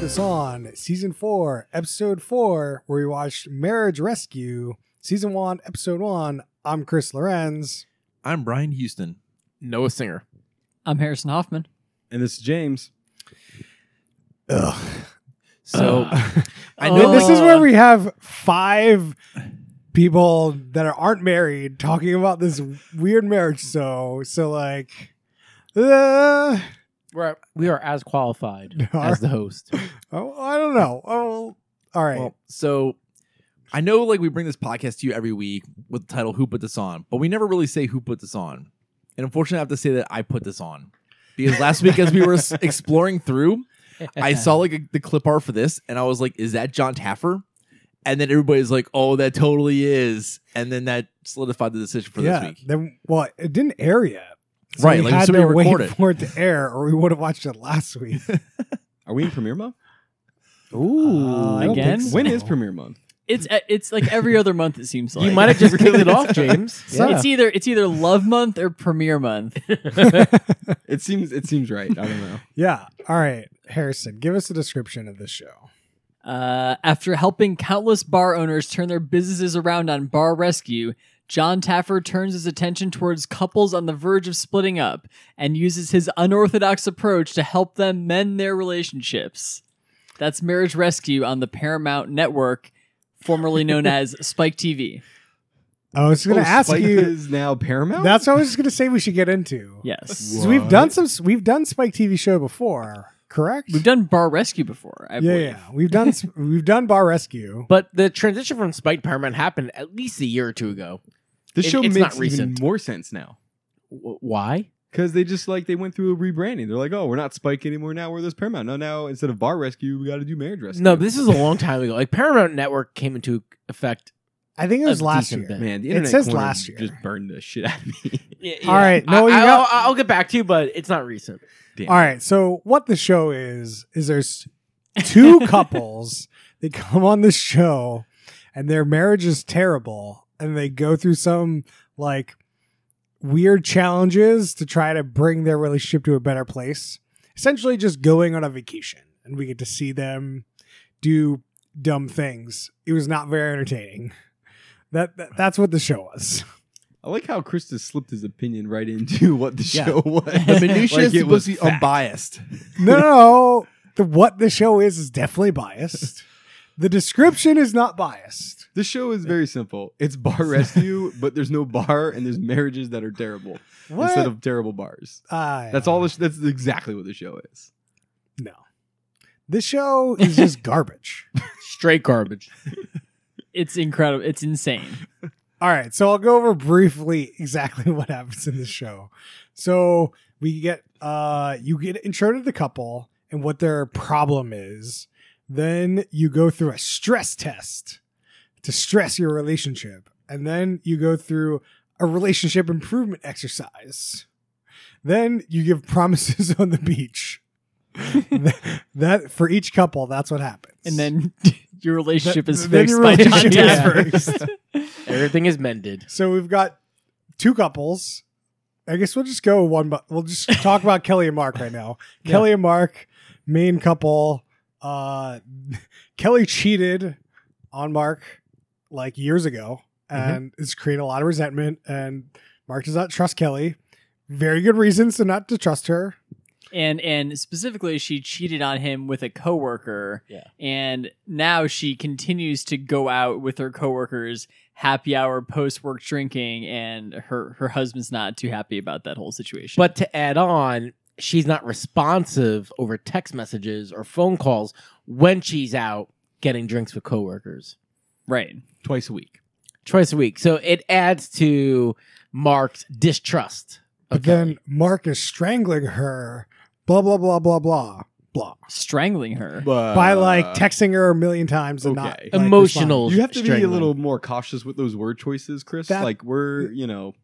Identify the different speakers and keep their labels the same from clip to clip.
Speaker 1: this on season four, episode four, where we watched Marriage Rescue, season one, episode one. I'm Chris Lorenz.
Speaker 2: I'm Brian Houston.
Speaker 3: Noah Singer.
Speaker 4: I'm Harrison Hoffman.
Speaker 5: and this is James.
Speaker 1: Ugh.
Speaker 2: So I
Speaker 4: Oh.
Speaker 2: know
Speaker 1: this is where we have five people that aren't married talking about this weird marriage. So, so like, uh,
Speaker 3: We're, we are as qualified
Speaker 1: We are.
Speaker 3: as the host.
Speaker 1: oh, I don't know. Oh, all right.
Speaker 2: well, so I know like we bring this podcast to you every week with the title Who Put This On, but we never really say who put this on. And unfortunately I have to say that I put this on. Because last week as we were s- exploring through, I saw like a, the clip art for this and I was like, is that John Taffer? And then everybody's like, oh, that totally is. And then that solidified the decision for
Speaker 1: yeah.
Speaker 2: this week.
Speaker 1: Then, well, it didn't air yet.
Speaker 2: Right,
Speaker 1: We
Speaker 2: like,
Speaker 1: had
Speaker 2: so we
Speaker 1: to wait
Speaker 2: record it.
Speaker 1: for it to air, or we would have watched it last week.
Speaker 5: Are we in premiere month?
Speaker 1: Ooh,
Speaker 4: I don't Again? think so.
Speaker 5: When is premiere month?
Speaker 4: It's uh, it's like every other month. It seems like
Speaker 3: you might have just killed it off, James.
Speaker 1: So-
Speaker 4: It's either it's either love month or premiere month.
Speaker 5: It seems it seems right. I don't know.
Speaker 1: Yeah. All right, Harrison, give us a description of this show.
Speaker 4: Uh, after helping countless bar owners turn their businesses around on bar rescue, John Taffer turns his attention towards couples on the verge of splitting up and uses his unorthodox approach to help them mend their relationships. That's Marriage Rescue on the Paramount Network, formerly known as Spike TV.
Speaker 1: I was going to
Speaker 5: Oh,
Speaker 1: ask
Speaker 5: Spike
Speaker 1: you.
Speaker 5: is now Paramount.
Speaker 1: That's what I was just going to say. We should get into.
Speaker 4: Yes.
Speaker 1: 'Cause we've done some. We've done Spike TV show before, correct?
Speaker 4: We've done Bar Rescue before, I
Speaker 1: yeah,
Speaker 4: believe.
Speaker 1: yeah. We've done. s- we've done Bar Rescue.
Speaker 3: But the transition from Spike to Paramount happened at least a year or two ago.
Speaker 5: this
Speaker 3: it-
Speaker 5: show
Speaker 3: it's not
Speaker 5: makes even
Speaker 3: recent.
Speaker 5: more sense now
Speaker 3: W- why?
Speaker 5: because they just like they went through a rebranding. They're like, oh, we're not Spike anymore. Now we're this Paramount. No, now instead of Bar Rescue, we got to do Marriage Rescue.
Speaker 3: No, this is a long time ago. Like Paramount Network came into effect.
Speaker 1: I think it was
Speaker 3: A
Speaker 1: last year.
Speaker 3: decent bit.
Speaker 5: man, the internet
Speaker 1: says
Speaker 5: corner
Speaker 1: last year.
Speaker 5: just burned the shit out of me.
Speaker 1: All right, no,
Speaker 3: I,
Speaker 1: you
Speaker 3: I'll,
Speaker 1: got-
Speaker 3: I'll get back to you, but it's not recent.
Speaker 5: Damn.
Speaker 1: All right. So what the show is is there's two couples that come on this show, and their marriage is terrible, and they go through some like weird challenges to try to bring their relationship to a better place. Essentially, just going on a vacation, and we get to see them do dumb things. It was not very entertaining. That, that that's what the show was.
Speaker 5: I like how Chris just slipped his opinion right into what the
Speaker 2: Yeah.
Speaker 5: show was.
Speaker 2: The minutia
Speaker 5: Like
Speaker 2: is
Speaker 5: it
Speaker 2: supposed
Speaker 5: was
Speaker 2: to be um
Speaker 5: fact.
Speaker 2: unbiased.
Speaker 1: no, no, no. The, what the show is is definitely biased. The description is not biased.
Speaker 5: The show is very simple. It's bar rescue, but there's no bar, and there's marriages that are terrible
Speaker 1: What?
Speaker 5: instead of terrible bars.
Speaker 1: Ah,
Speaker 5: That's all. The sh- that's exactly what the show is.
Speaker 1: no, this show is just garbage.
Speaker 3: Straight garbage.
Speaker 4: It's incredible. It's insane.
Speaker 1: All right, so I'll go over briefly exactly what happens in this show. So we get uh you get intro to the couple and what their problem is. Then you go through a stress test to stress your relationship, and then you go through a relationship improvement exercise. Then you give promises on the beach. that for each couple, that's what happens.
Speaker 4: And then your relationship is
Speaker 1: Then
Speaker 4: fixed
Speaker 1: your
Speaker 4: by John
Speaker 1: relationship is
Speaker 4: Taffer.
Speaker 1: fixed.
Speaker 3: Everything is mended.
Speaker 1: So we've got two couples. I guess we'll just go one, but we'll just talk about Kelly and Mark right now. Kelly and Mark, main couple. Uh, Kelly cheated on Mark like years ago, and it's created a lot of resentment. And Mark does not trust Kelly. Very good reasons to not to trust her.
Speaker 4: and and specifically she cheated on him with a coworker
Speaker 3: Yeah.
Speaker 4: and now she continues to go out with her coworkers happy hour post work drinking and her her husband's not too happy about that whole situation
Speaker 3: But to add on, she's not responsive over text messages or phone calls when she's out getting drinks with coworkers
Speaker 4: right
Speaker 5: Twice a week.
Speaker 3: twice a week. So it adds to Mark's distrust.
Speaker 1: But then Mark is strangling her. Blah blah blah blah blah blah.
Speaker 4: strangling her
Speaker 5: But
Speaker 1: By like texting her a million times and not
Speaker 5: Uh. okay.
Speaker 1: like,
Speaker 3: emotional.
Speaker 5: you have to be a
Speaker 3: strangling.
Speaker 5: little more cautious with those word choices, Chris.
Speaker 1: That-
Speaker 5: like we're, you know,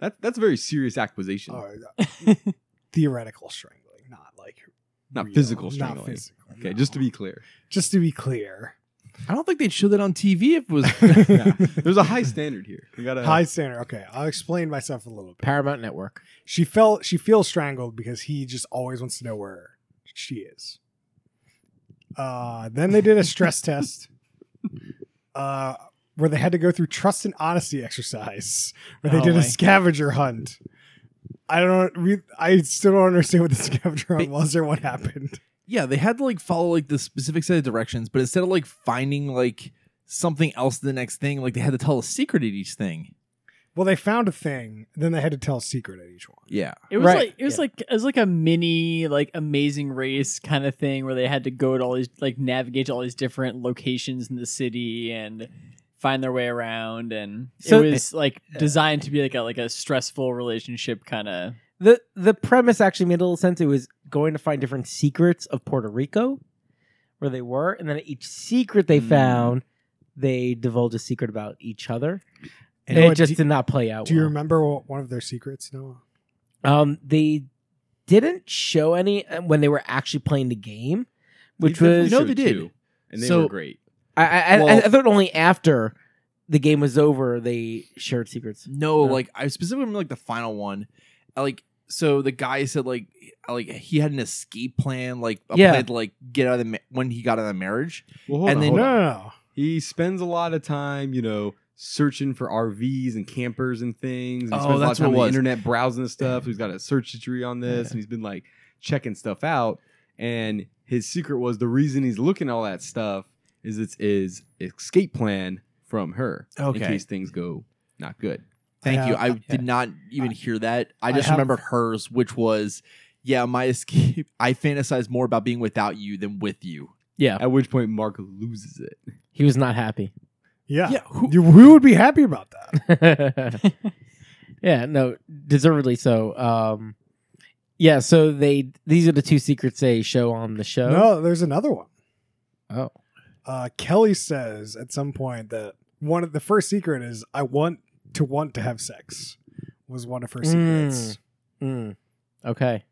Speaker 5: that that's a very serious accusation,
Speaker 1: responding. Or, uh, theoretical strangling, not like
Speaker 5: not
Speaker 1: real,
Speaker 5: physical
Speaker 1: not
Speaker 5: strangling.
Speaker 1: physical,
Speaker 5: okay,
Speaker 1: no.
Speaker 5: just to be clear,
Speaker 1: just to be clear,
Speaker 2: I don't think they'd show that on TV if it was
Speaker 5: there's a high standard here. We gotta
Speaker 1: high standard. Okay, I'll explain myself a little bit.
Speaker 3: Paramount Network.
Speaker 1: She felt she feels strangled because he just always wants to know where she is. Uh, then they did a stress test uh, where they had to go through trust and honesty exercise, where they
Speaker 4: Oh
Speaker 1: did
Speaker 4: my.
Speaker 1: a scavenger hunt. I don't. Re- I still don't understand what the scavenger hunt
Speaker 2: Ba-
Speaker 1: was or what happened.
Speaker 2: Yeah, they had to like follow like the specific set of directions, but instead of like finding like something else the next thing, like they had to tell a secret at each thing.
Speaker 1: Well, they found a thing, then they had to tell a secret at each one.
Speaker 2: Yeah.
Speaker 4: It was
Speaker 3: Right.
Speaker 4: like it was
Speaker 3: Yeah.
Speaker 4: like it was like a mini like amazing race kind of thing where they had to go to all these like navigate to all these different locations in the city and find their way around and
Speaker 3: So-
Speaker 4: it was like designed to be like a like a stressful relationship kind of
Speaker 3: the the premise actually made a little sense. It was going to find different secrets of Puerto Rico, where they were, and then each secret they
Speaker 2: Hmm.
Speaker 3: found, they divulged a secret about each other, and
Speaker 1: Noah,
Speaker 3: it just
Speaker 1: do-
Speaker 3: did not play out.
Speaker 1: Do you
Speaker 3: well.
Speaker 1: remember what, one of their secrets, Noah?
Speaker 3: Um, they didn't show any uh, when they were actually playing the game, which
Speaker 5: definitely
Speaker 3: was
Speaker 2: No,
Speaker 5: showed
Speaker 2: they did.
Speaker 5: two, and they
Speaker 2: So-
Speaker 5: were great.
Speaker 3: I I, I-
Speaker 2: Well-
Speaker 3: I thought only after the game was over they shared secrets.
Speaker 2: No,
Speaker 3: Yeah.
Speaker 2: like I specifically remember like the final one. I, Like so the guy said like like he had an escape plan, like a
Speaker 3: Yeah.
Speaker 2: plan to like get out of the ma- when he got out of the marriage.
Speaker 5: Well, hold
Speaker 2: And
Speaker 5: on,
Speaker 2: then-
Speaker 5: hold
Speaker 1: No,
Speaker 5: on.
Speaker 1: no, no.
Speaker 5: He spends a lot of time, you know, searching for RVs and campers and things. And he
Speaker 2: Oh,
Speaker 5: spends a lot
Speaker 2: that's
Speaker 5: of time
Speaker 2: what it
Speaker 5: on
Speaker 2: was.
Speaker 5: the internet browsing and stuff. He's got a search history on this, and he's been like checking stuff out. And his secret was the reason he's looking at all that stuff is it's his escape plan from her
Speaker 2: Okay.
Speaker 5: in case things go not good.
Speaker 2: Thank you.
Speaker 1: Yeah.
Speaker 2: I did not even hear that. I
Speaker 1: I
Speaker 2: just
Speaker 1: have-
Speaker 2: remembered hers, which was, yeah, my escape. I fantasize more about being without you than with you.
Speaker 3: Yeah,
Speaker 5: At which point, Mark loses it.
Speaker 3: he was not happy.
Speaker 1: Yeah.
Speaker 2: who,
Speaker 1: You, we would be happy about that.
Speaker 3: yeah, no, deservedly so. Um, yeah, so they these are the two secrets they show on the show.
Speaker 1: No, there's another one.
Speaker 3: Oh.
Speaker 1: Uh, Kelly says at some point that one of the first secret is I want to want to have sex was one of her
Speaker 3: Mm.
Speaker 1: secrets.
Speaker 3: Mm. Okay.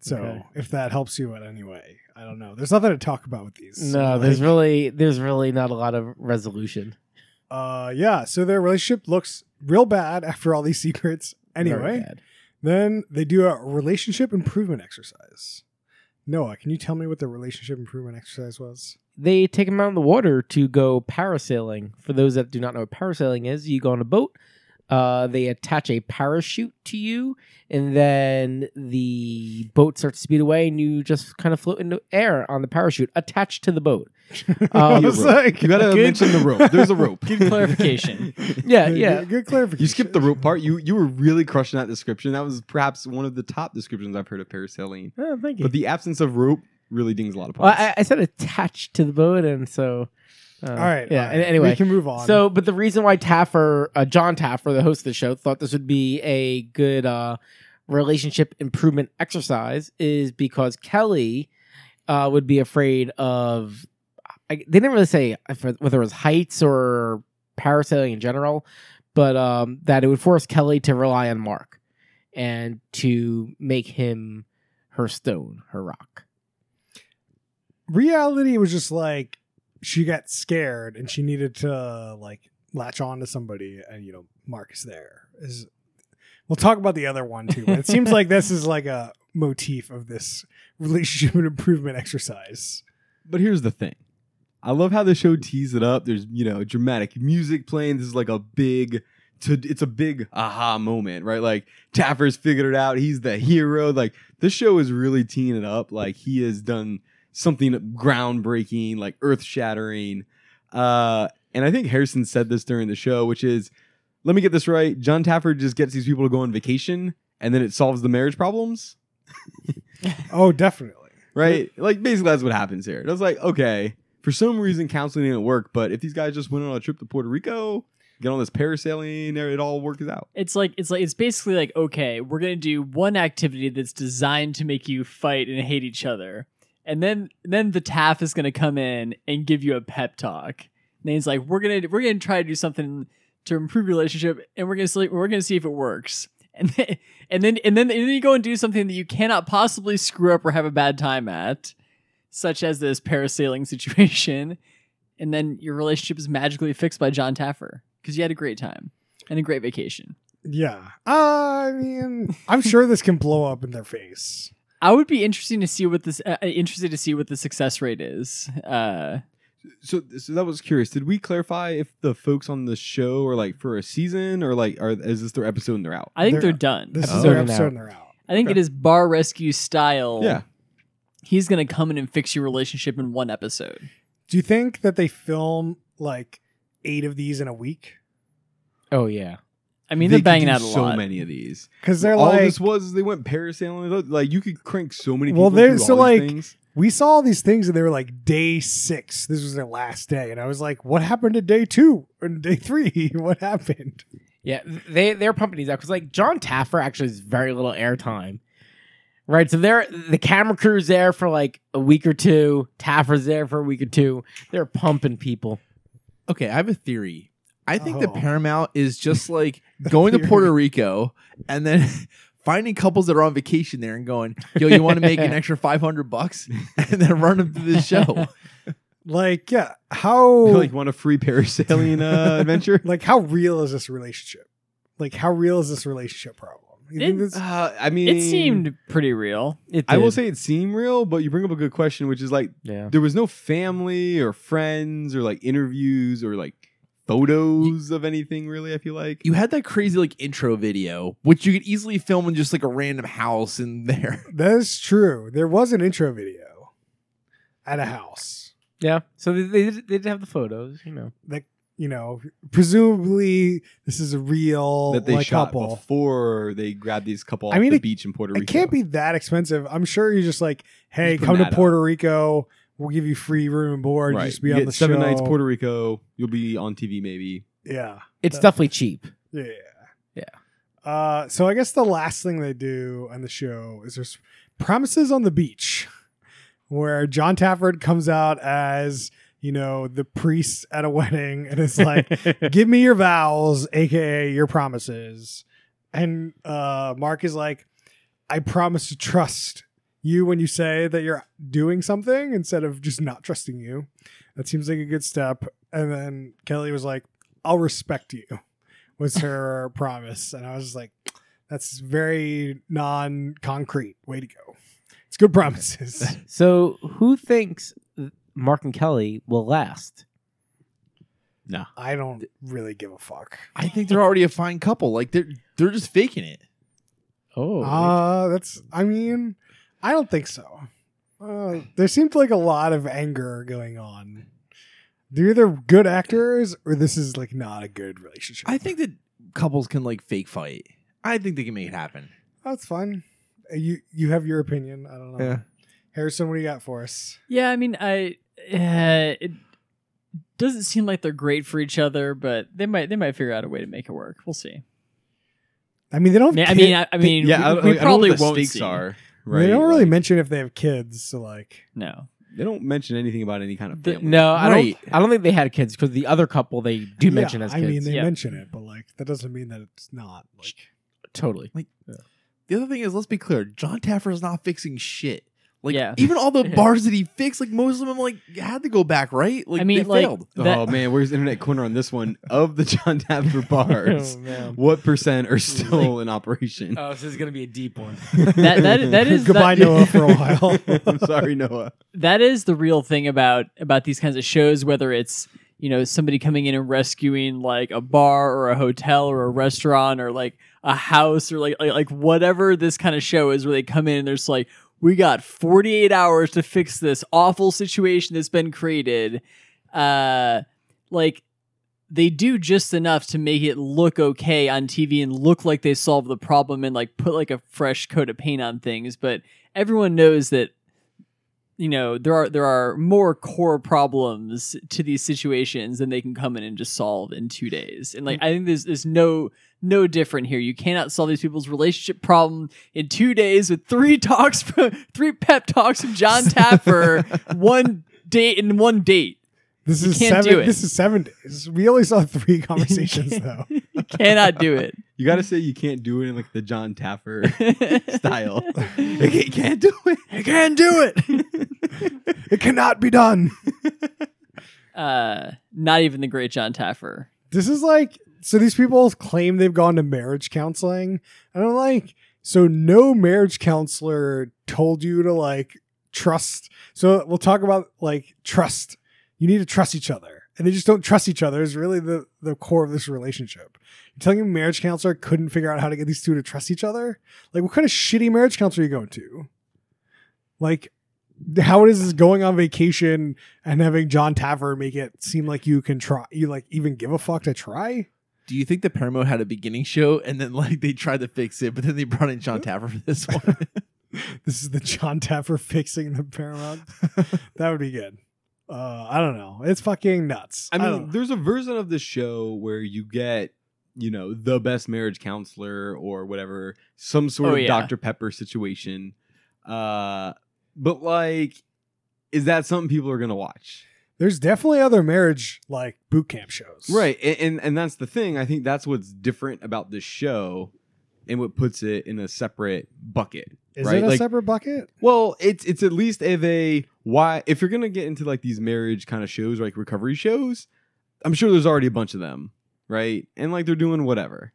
Speaker 1: So
Speaker 3: Okay.
Speaker 1: if that helps you in any way, I don't know. There's nothing to talk about with these.
Speaker 3: No,
Speaker 1: Like,
Speaker 3: there's really there's really not a lot of resolution.
Speaker 1: uh, yeah. So their relationship looks real bad after all these secrets.
Speaker 3: Very
Speaker 1: Anyway,
Speaker 3: bad.
Speaker 1: then they do a relationship improvement exercise. Noah, can you tell me what the relationship improvement exercise was?
Speaker 3: they take him out in the water to go parasailing. For those that do not know what parasailing is, you go on a boat. Uh, they attach a parachute to you, and then the boat starts to speed away, and you just kind of float into air on the parachute attached to the boat.
Speaker 1: I
Speaker 3: Um,
Speaker 1: was like,
Speaker 5: You gotta
Speaker 1: good-
Speaker 5: mention the rope. There's a rope.
Speaker 4: good clarification.
Speaker 3: yeah,
Speaker 1: good-
Speaker 3: Uh, yeah.
Speaker 1: Good clarification.
Speaker 5: You skipped the rope part. You you were really crushing that description. That was perhaps one of the top descriptions I've heard of parasailing.
Speaker 3: Oh, thank you.
Speaker 5: But the absence of rope really dings a lot of
Speaker 3: well,
Speaker 5: points.
Speaker 3: I, I said attached to the boat, and so. Uh,
Speaker 1: All right.
Speaker 3: Yeah.
Speaker 1: all right.
Speaker 3: and Anyway,
Speaker 1: we can move on.
Speaker 3: So, but the reason why Taffer, uh, John Taffer, the host of the show, thought this would be a good uh, relationship improvement exercise is because Kelly uh, would be afraid of. I, they didn't really say if, whether it was heights or parasailing in general, but um, that it would force Kelly to rely on Mark and to make him her stone, her rock.
Speaker 1: reality was just like she got scared and she needed to like latch on to somebody, and you know, Mark's there. Is we'll talk about the other one too. But it seems like this is like a motif of this relationship and improvement exercise.
Speaker 5: But here's the thing. I love how the show tees it up. There's, you know, dramatic music playing. This is like a big to it's a big aha moment, right? Like Taffer's figured it out. He's the hero. Like this show is really teeing it up. Like he has done something groundbreaking, like earth-shattering. Uh and I think Harrison said this during the show, which is let me get this right. John Taffer just gets these people to go on vacation and then it solves the marriage problems,
Speaker 1: Oh, definitely.
Speaker 5: right? Like basically that's what happens here. And I was like, okay, for some reason counseling didn't work, but if these guys just went on a trip to Puerto Rico, get on this parasailing, it all works out.
Speaker 4: It's like it's like it's basically like okay, we're gonna do one activity that's designed to make you fight and hate each other, and then then the TAF is gonna come in and give you a pep talk. And he's like, we're gonna we're gonna try to do something to improve your relationship, and we're gonna see, we're gonna see if it works. And then, and then and then and then you go and do something that you cannot possibly screw up or have a bad time at, such as this parasailing situation, and then your relationship is magically fixed by John Taffer because you had a great time and a great vacation.
Speaker 1: Yeah. Uh, I mean, I'm sure this can blow up in their face.
Speaker 4: I would be interesting to see what this uh, interested to see what the success rate is. Uh,
Speaker 5: So, so that was curious. Did we clarify if the folks on the show are like for a season or like are is this their episode and they're out?
Speaker 4: I think
Speaker 1: They're-
Speaker 4: they're, done.
Speaker 1: This is
Speaker 3: Episode
Speaker 1: their
Speaker 3: and
Speaker 1: episode
Speaker 3: out.
Speaker 1: and they're out.
Speaker 4: I think it is bar rescue style.
Speaker 5: Yeah.
Speaker 4: he's gonna come in and fix your relationship in one episode.
Speaker 1: Do you think that they film like eight of these in a week?
Speaker 3: Oh yeah.
Speaker 4: I mean, they
Speaker 5: They
Speaker 4: are
Speaker 5: could
Speaker 4: banging
Speaker 5: do
Speaker 4: out a
Speaker 5: so
Speaker 4: lot.
Speaker 5: many of these.
Speaker 1: Because they're
Speaker 5: all
Speaker 1: like,
Speaker 5: this was they went parasailing. Like you could crank so many.
Speaker 1: Well,
Speaker 5: People
Speaker 1: they're-
Speaker 5: through
Speaker 1: so,
Speaker 5: all these
Speaker 1: like,
Speaker 5: things.
Speaker 1: we saw all these things and they were like day six. This was their last day, and I was like, what happened to day two and day three? what happened?
Speaker 3: Yeah, th- they they're pumping these out because like John Taffer actually has very little airtime, right? So they're the camera crew's there for like a week or two. Taffer's there for a week or two. They're pumping people.
Speaker 2: Okay, I have a theory. I think that
Speaker 1: Oh.
Speaker 2: Paramount is just like going to
Speaker 1: theory.
Speaker 2: Puerto Rico and then finding couples that are on vacation there and going, "Yo, you want to make an extra five hundred bucks?" and then run them through this show.
Speaker 1: Like, yeah, how
Speaker 5: like want a free parasailing uh, adventure.
Speaker 1: like how real is this relationship? Like how real is this relationship problem? You think
Speaker 4: It-
Speaker 1: this-
Speaker 5: Uh, I mean,
Speaker 4: It seemed pretty real.
Speaker 3: It
Speaker 5: I will
Speaker 3: did.
Speaker 5: say it seemed real, but you bring up a good question, which is like
Speaker 3: yeah.
Speaker 5: there was no family or friends or like interviews or like photos of anything really. I feel like
Speaker 2: You had that crazy like intro video, which you could easily film in just like a random house in there.
Speaker 1: that is true. There was an intro video at a house.
Speaker 3: Yeah. So they, they did- they did have the photos, you know.
Speaker 1: You know, presumably this is a real
Speaker 5: that they
Speaker 1: like,
Speaker 5: shot
Speaker 1: couple.
Speaker 5: before they grabbed these couple
Speaker 1: I
Speaker 5: off
Speaker 1: mean,
Speaker 5: the
Speaker 1: it-
Speaker 5: beach in Puerto Rico.
Speaker 1: It can't be that expensive. I'm sure you're just like, hey,
Speaker 5: Just put
Speaker 1: come
Speaker 5: an
Speaker 1: to
Speaker 5: ad up.
Speaker 1: Puerto Rico. We'll give you free room and board. You
Speaker 5: Right.
Speaker 1: just be
Speaker 5: You
Speaker 1: on
Speaker 5: get
Speaker 1: the
Speaker 5: seven
Speaker 1: show.
Speaker 5: nights Puerto Rico. You'll be on TV maybe.
Speaker 1: Yeah,
Speaker 3: It's
Speaker 1: That-
Speaker 3: definitely cheap.
Speaker 1: yeah,
Speaker 3: Yeah.
Speaker 1: Uh, so I guess the last thing they do on the show is there's promises on the beach, where John Tafford comes out as you know the priest at a wedding, and it's like, give me your vows, aka your promises. And uh, Mark is like, I promise to trust you when you say that you're doing something instead of just not trusting you. That seems like a good step. And then Kelly was like, I'll respect you, was her promise. And I was just like, that's very non concrete. Way to go. It's good promises.
Speaker 3: so who thinks Mark and Kelly will last?
Speaker 1: I don't really give a fuck.
Speaker 2: I think they're already a fine couple. Like they're they're just faking it.
Speaker 3: Oh,
Speaker 1: Uh, that's, I mean, I don't think so. Uh, there seemed like a lot of anger going on. They're either good actors or this is like not a good relationship.
Speaker 2: I think that couples can like fake fight. I think they can make it happen.
Speaker 1: that's fun. Uh, You you have your opinion. I don't know. Harrison, what do you got for us?
Speaker 4: Yeah, I mean, I uh, it doesn't seem like they're great for each other, but they might they might figure out a way to make it work. We'll see.
Speaker 1: I mean, they don't.
Speaker 4: I
Speaker 1: have
Speaker 4: mean, I
Speaker 1: kid-
Speaker 4: mean, I, I mean,
Speaker 5: yeah, I,
Speaker 4: we,
Speaker 5: I
Speaker 4: we
Speaker 5: don't know
Speaker 4: probably
Speaker 5: what the
Speaker 4: won't
Speaker 5: stakes
Speaker 4: see.
Speaker 5: are. Right,
Speaker 1: they don't really
Speaker 5: Like,
Speaker 1: mention if they have kids. So like,
Speaker 4: No,
Speaker 5: They don't mention anything about any kind of
Speaker 4: The-
Speaker 5: family.
Speaker 3: no, I
Speaker 2: Right.
Speaker 3: don't. I don't think they had kids because the other couple they do
Speaker 1: Yeah,
Speaker 3: mention as
Speaker 1: I
Speaker 3: kids.
Speaker 1: mean, they
Speaker 4: yeah.
Speaker 1: mention it, but like that doesn't mean that it's not like.
Speaker 3: totally.
Speaker 2: The other thing is, let's be clear, John Taffer is not fixing shit. Like
Speaker 4: Yeah.
Speaker 2: even all the
Speaker 4: Yeah.
Speaker 2: bars that he fixed, like most of them like had to go back, right? Like
Speaker 4: I mean,
Speaker 2: they
Speaker 4: like
Speaker 2: failed.
Speaker 4: that-
Speaker 5: oh man, where's Internet Corner on this one? Of the John Taffer bars,
Speaker 1: Oh,
Speaker 3: man.
Speaker 5: what percent are still in operation?
Speaker 3: Oh, so this is gonna be a deep one.
Speaker 4: that that that is
Speaker 1: Goodbye,
Speaker 4: that,
Speaker 1: Noah, for a while.
Speaker 5: I'm sorry, Noah.
Speaker 4: that is the real thing about about these kinds of shows whether it's you know somebody coming in and rescuing like a bar or a hotel or a restaurant or like a house or like like, like whatever this kind of show is where they come in and there's like we got 48 hours to fix this awful situation that's been created uh like they do just enough to make it look okay on TV and look like they solved the problem and like put like a fresh coat of paint on things but everyone knows that you know there are there are more core problems to these situations than they can come in and just solve in two days and
Speaker 5: Mm.
Speaker 4: like i think there's there's no no different here you cannot solve these people's relationship problem in two days with three talks from three pep talks from john taffer one date and one date
Speaker 1: This is
Speaker 4: can't
Speaker 1: seven.
Speaker 4: do it.
Speaker 1: This is seven days. We only saw three conversations though.
Speaker 4: you cannot do it
Speaker 5: You got to say you can't do it in like the John Taffer style. You can't- can't do it.
Speaker 2: I can't do it.
Speaker 1: It cannot be done.
Speaker 4: uh not even the great john taffer
Speaker 1: This is like so. These people claim they've gone to marriage counseling, and I'm like, so no marriage counselor told you to like trust. So we'll talk about like trust. You need to trust each other. And they just don't trust each other is really the, the core of this relationship. You're telling me marriage counselor couldn't figure out how to get these two to trust each other? Like what kind of shitty marriage counselor are you going to? Like how it is is going on vacation and having John Taffer make it seem like you can try you like even give a fuck to try?
Speaker 2: Do you think the Paramount had a beginning show and then like they tried to fix it, but then they brought in John Taffer for this one?
Speaker 1: this is the John Taffer fixing the Paramount. that would be good. Uh, I don't know. It's fucking nuts.
Speaker 5: I
Speaker 4: Oh.
Speaker 1: don't
Speaker 5: mean,
Speaker 1: know.
Speaker 5: there's a version of the show where you get, you know, the best marriage counselor or whatever, some sort
Speaker 4: Oh,
Speaker 5: of
Speaker 4: yeah.
Speaker 5: Dr. Pepper situation. Uh, but like, is that something people are gonna watch?
Speaker 1: there's definitely other marriage like boot camp shows,
Speaker 5: Right. a- And, and that's the thing. I think that's what's different about this show and what puts it in a separate bucket.
Speaker 1: Is
Speaker 5: right?
Speaker 1: it a
Speaker 5: like,
Speaker 1: separate bucket?
Speaker 5: Well, it's it's at least if a why if you're gonna get into like these marriage kind of shows, like recovery shows, I'm sure there's already a bunch of them, right? And like they're doing whatever.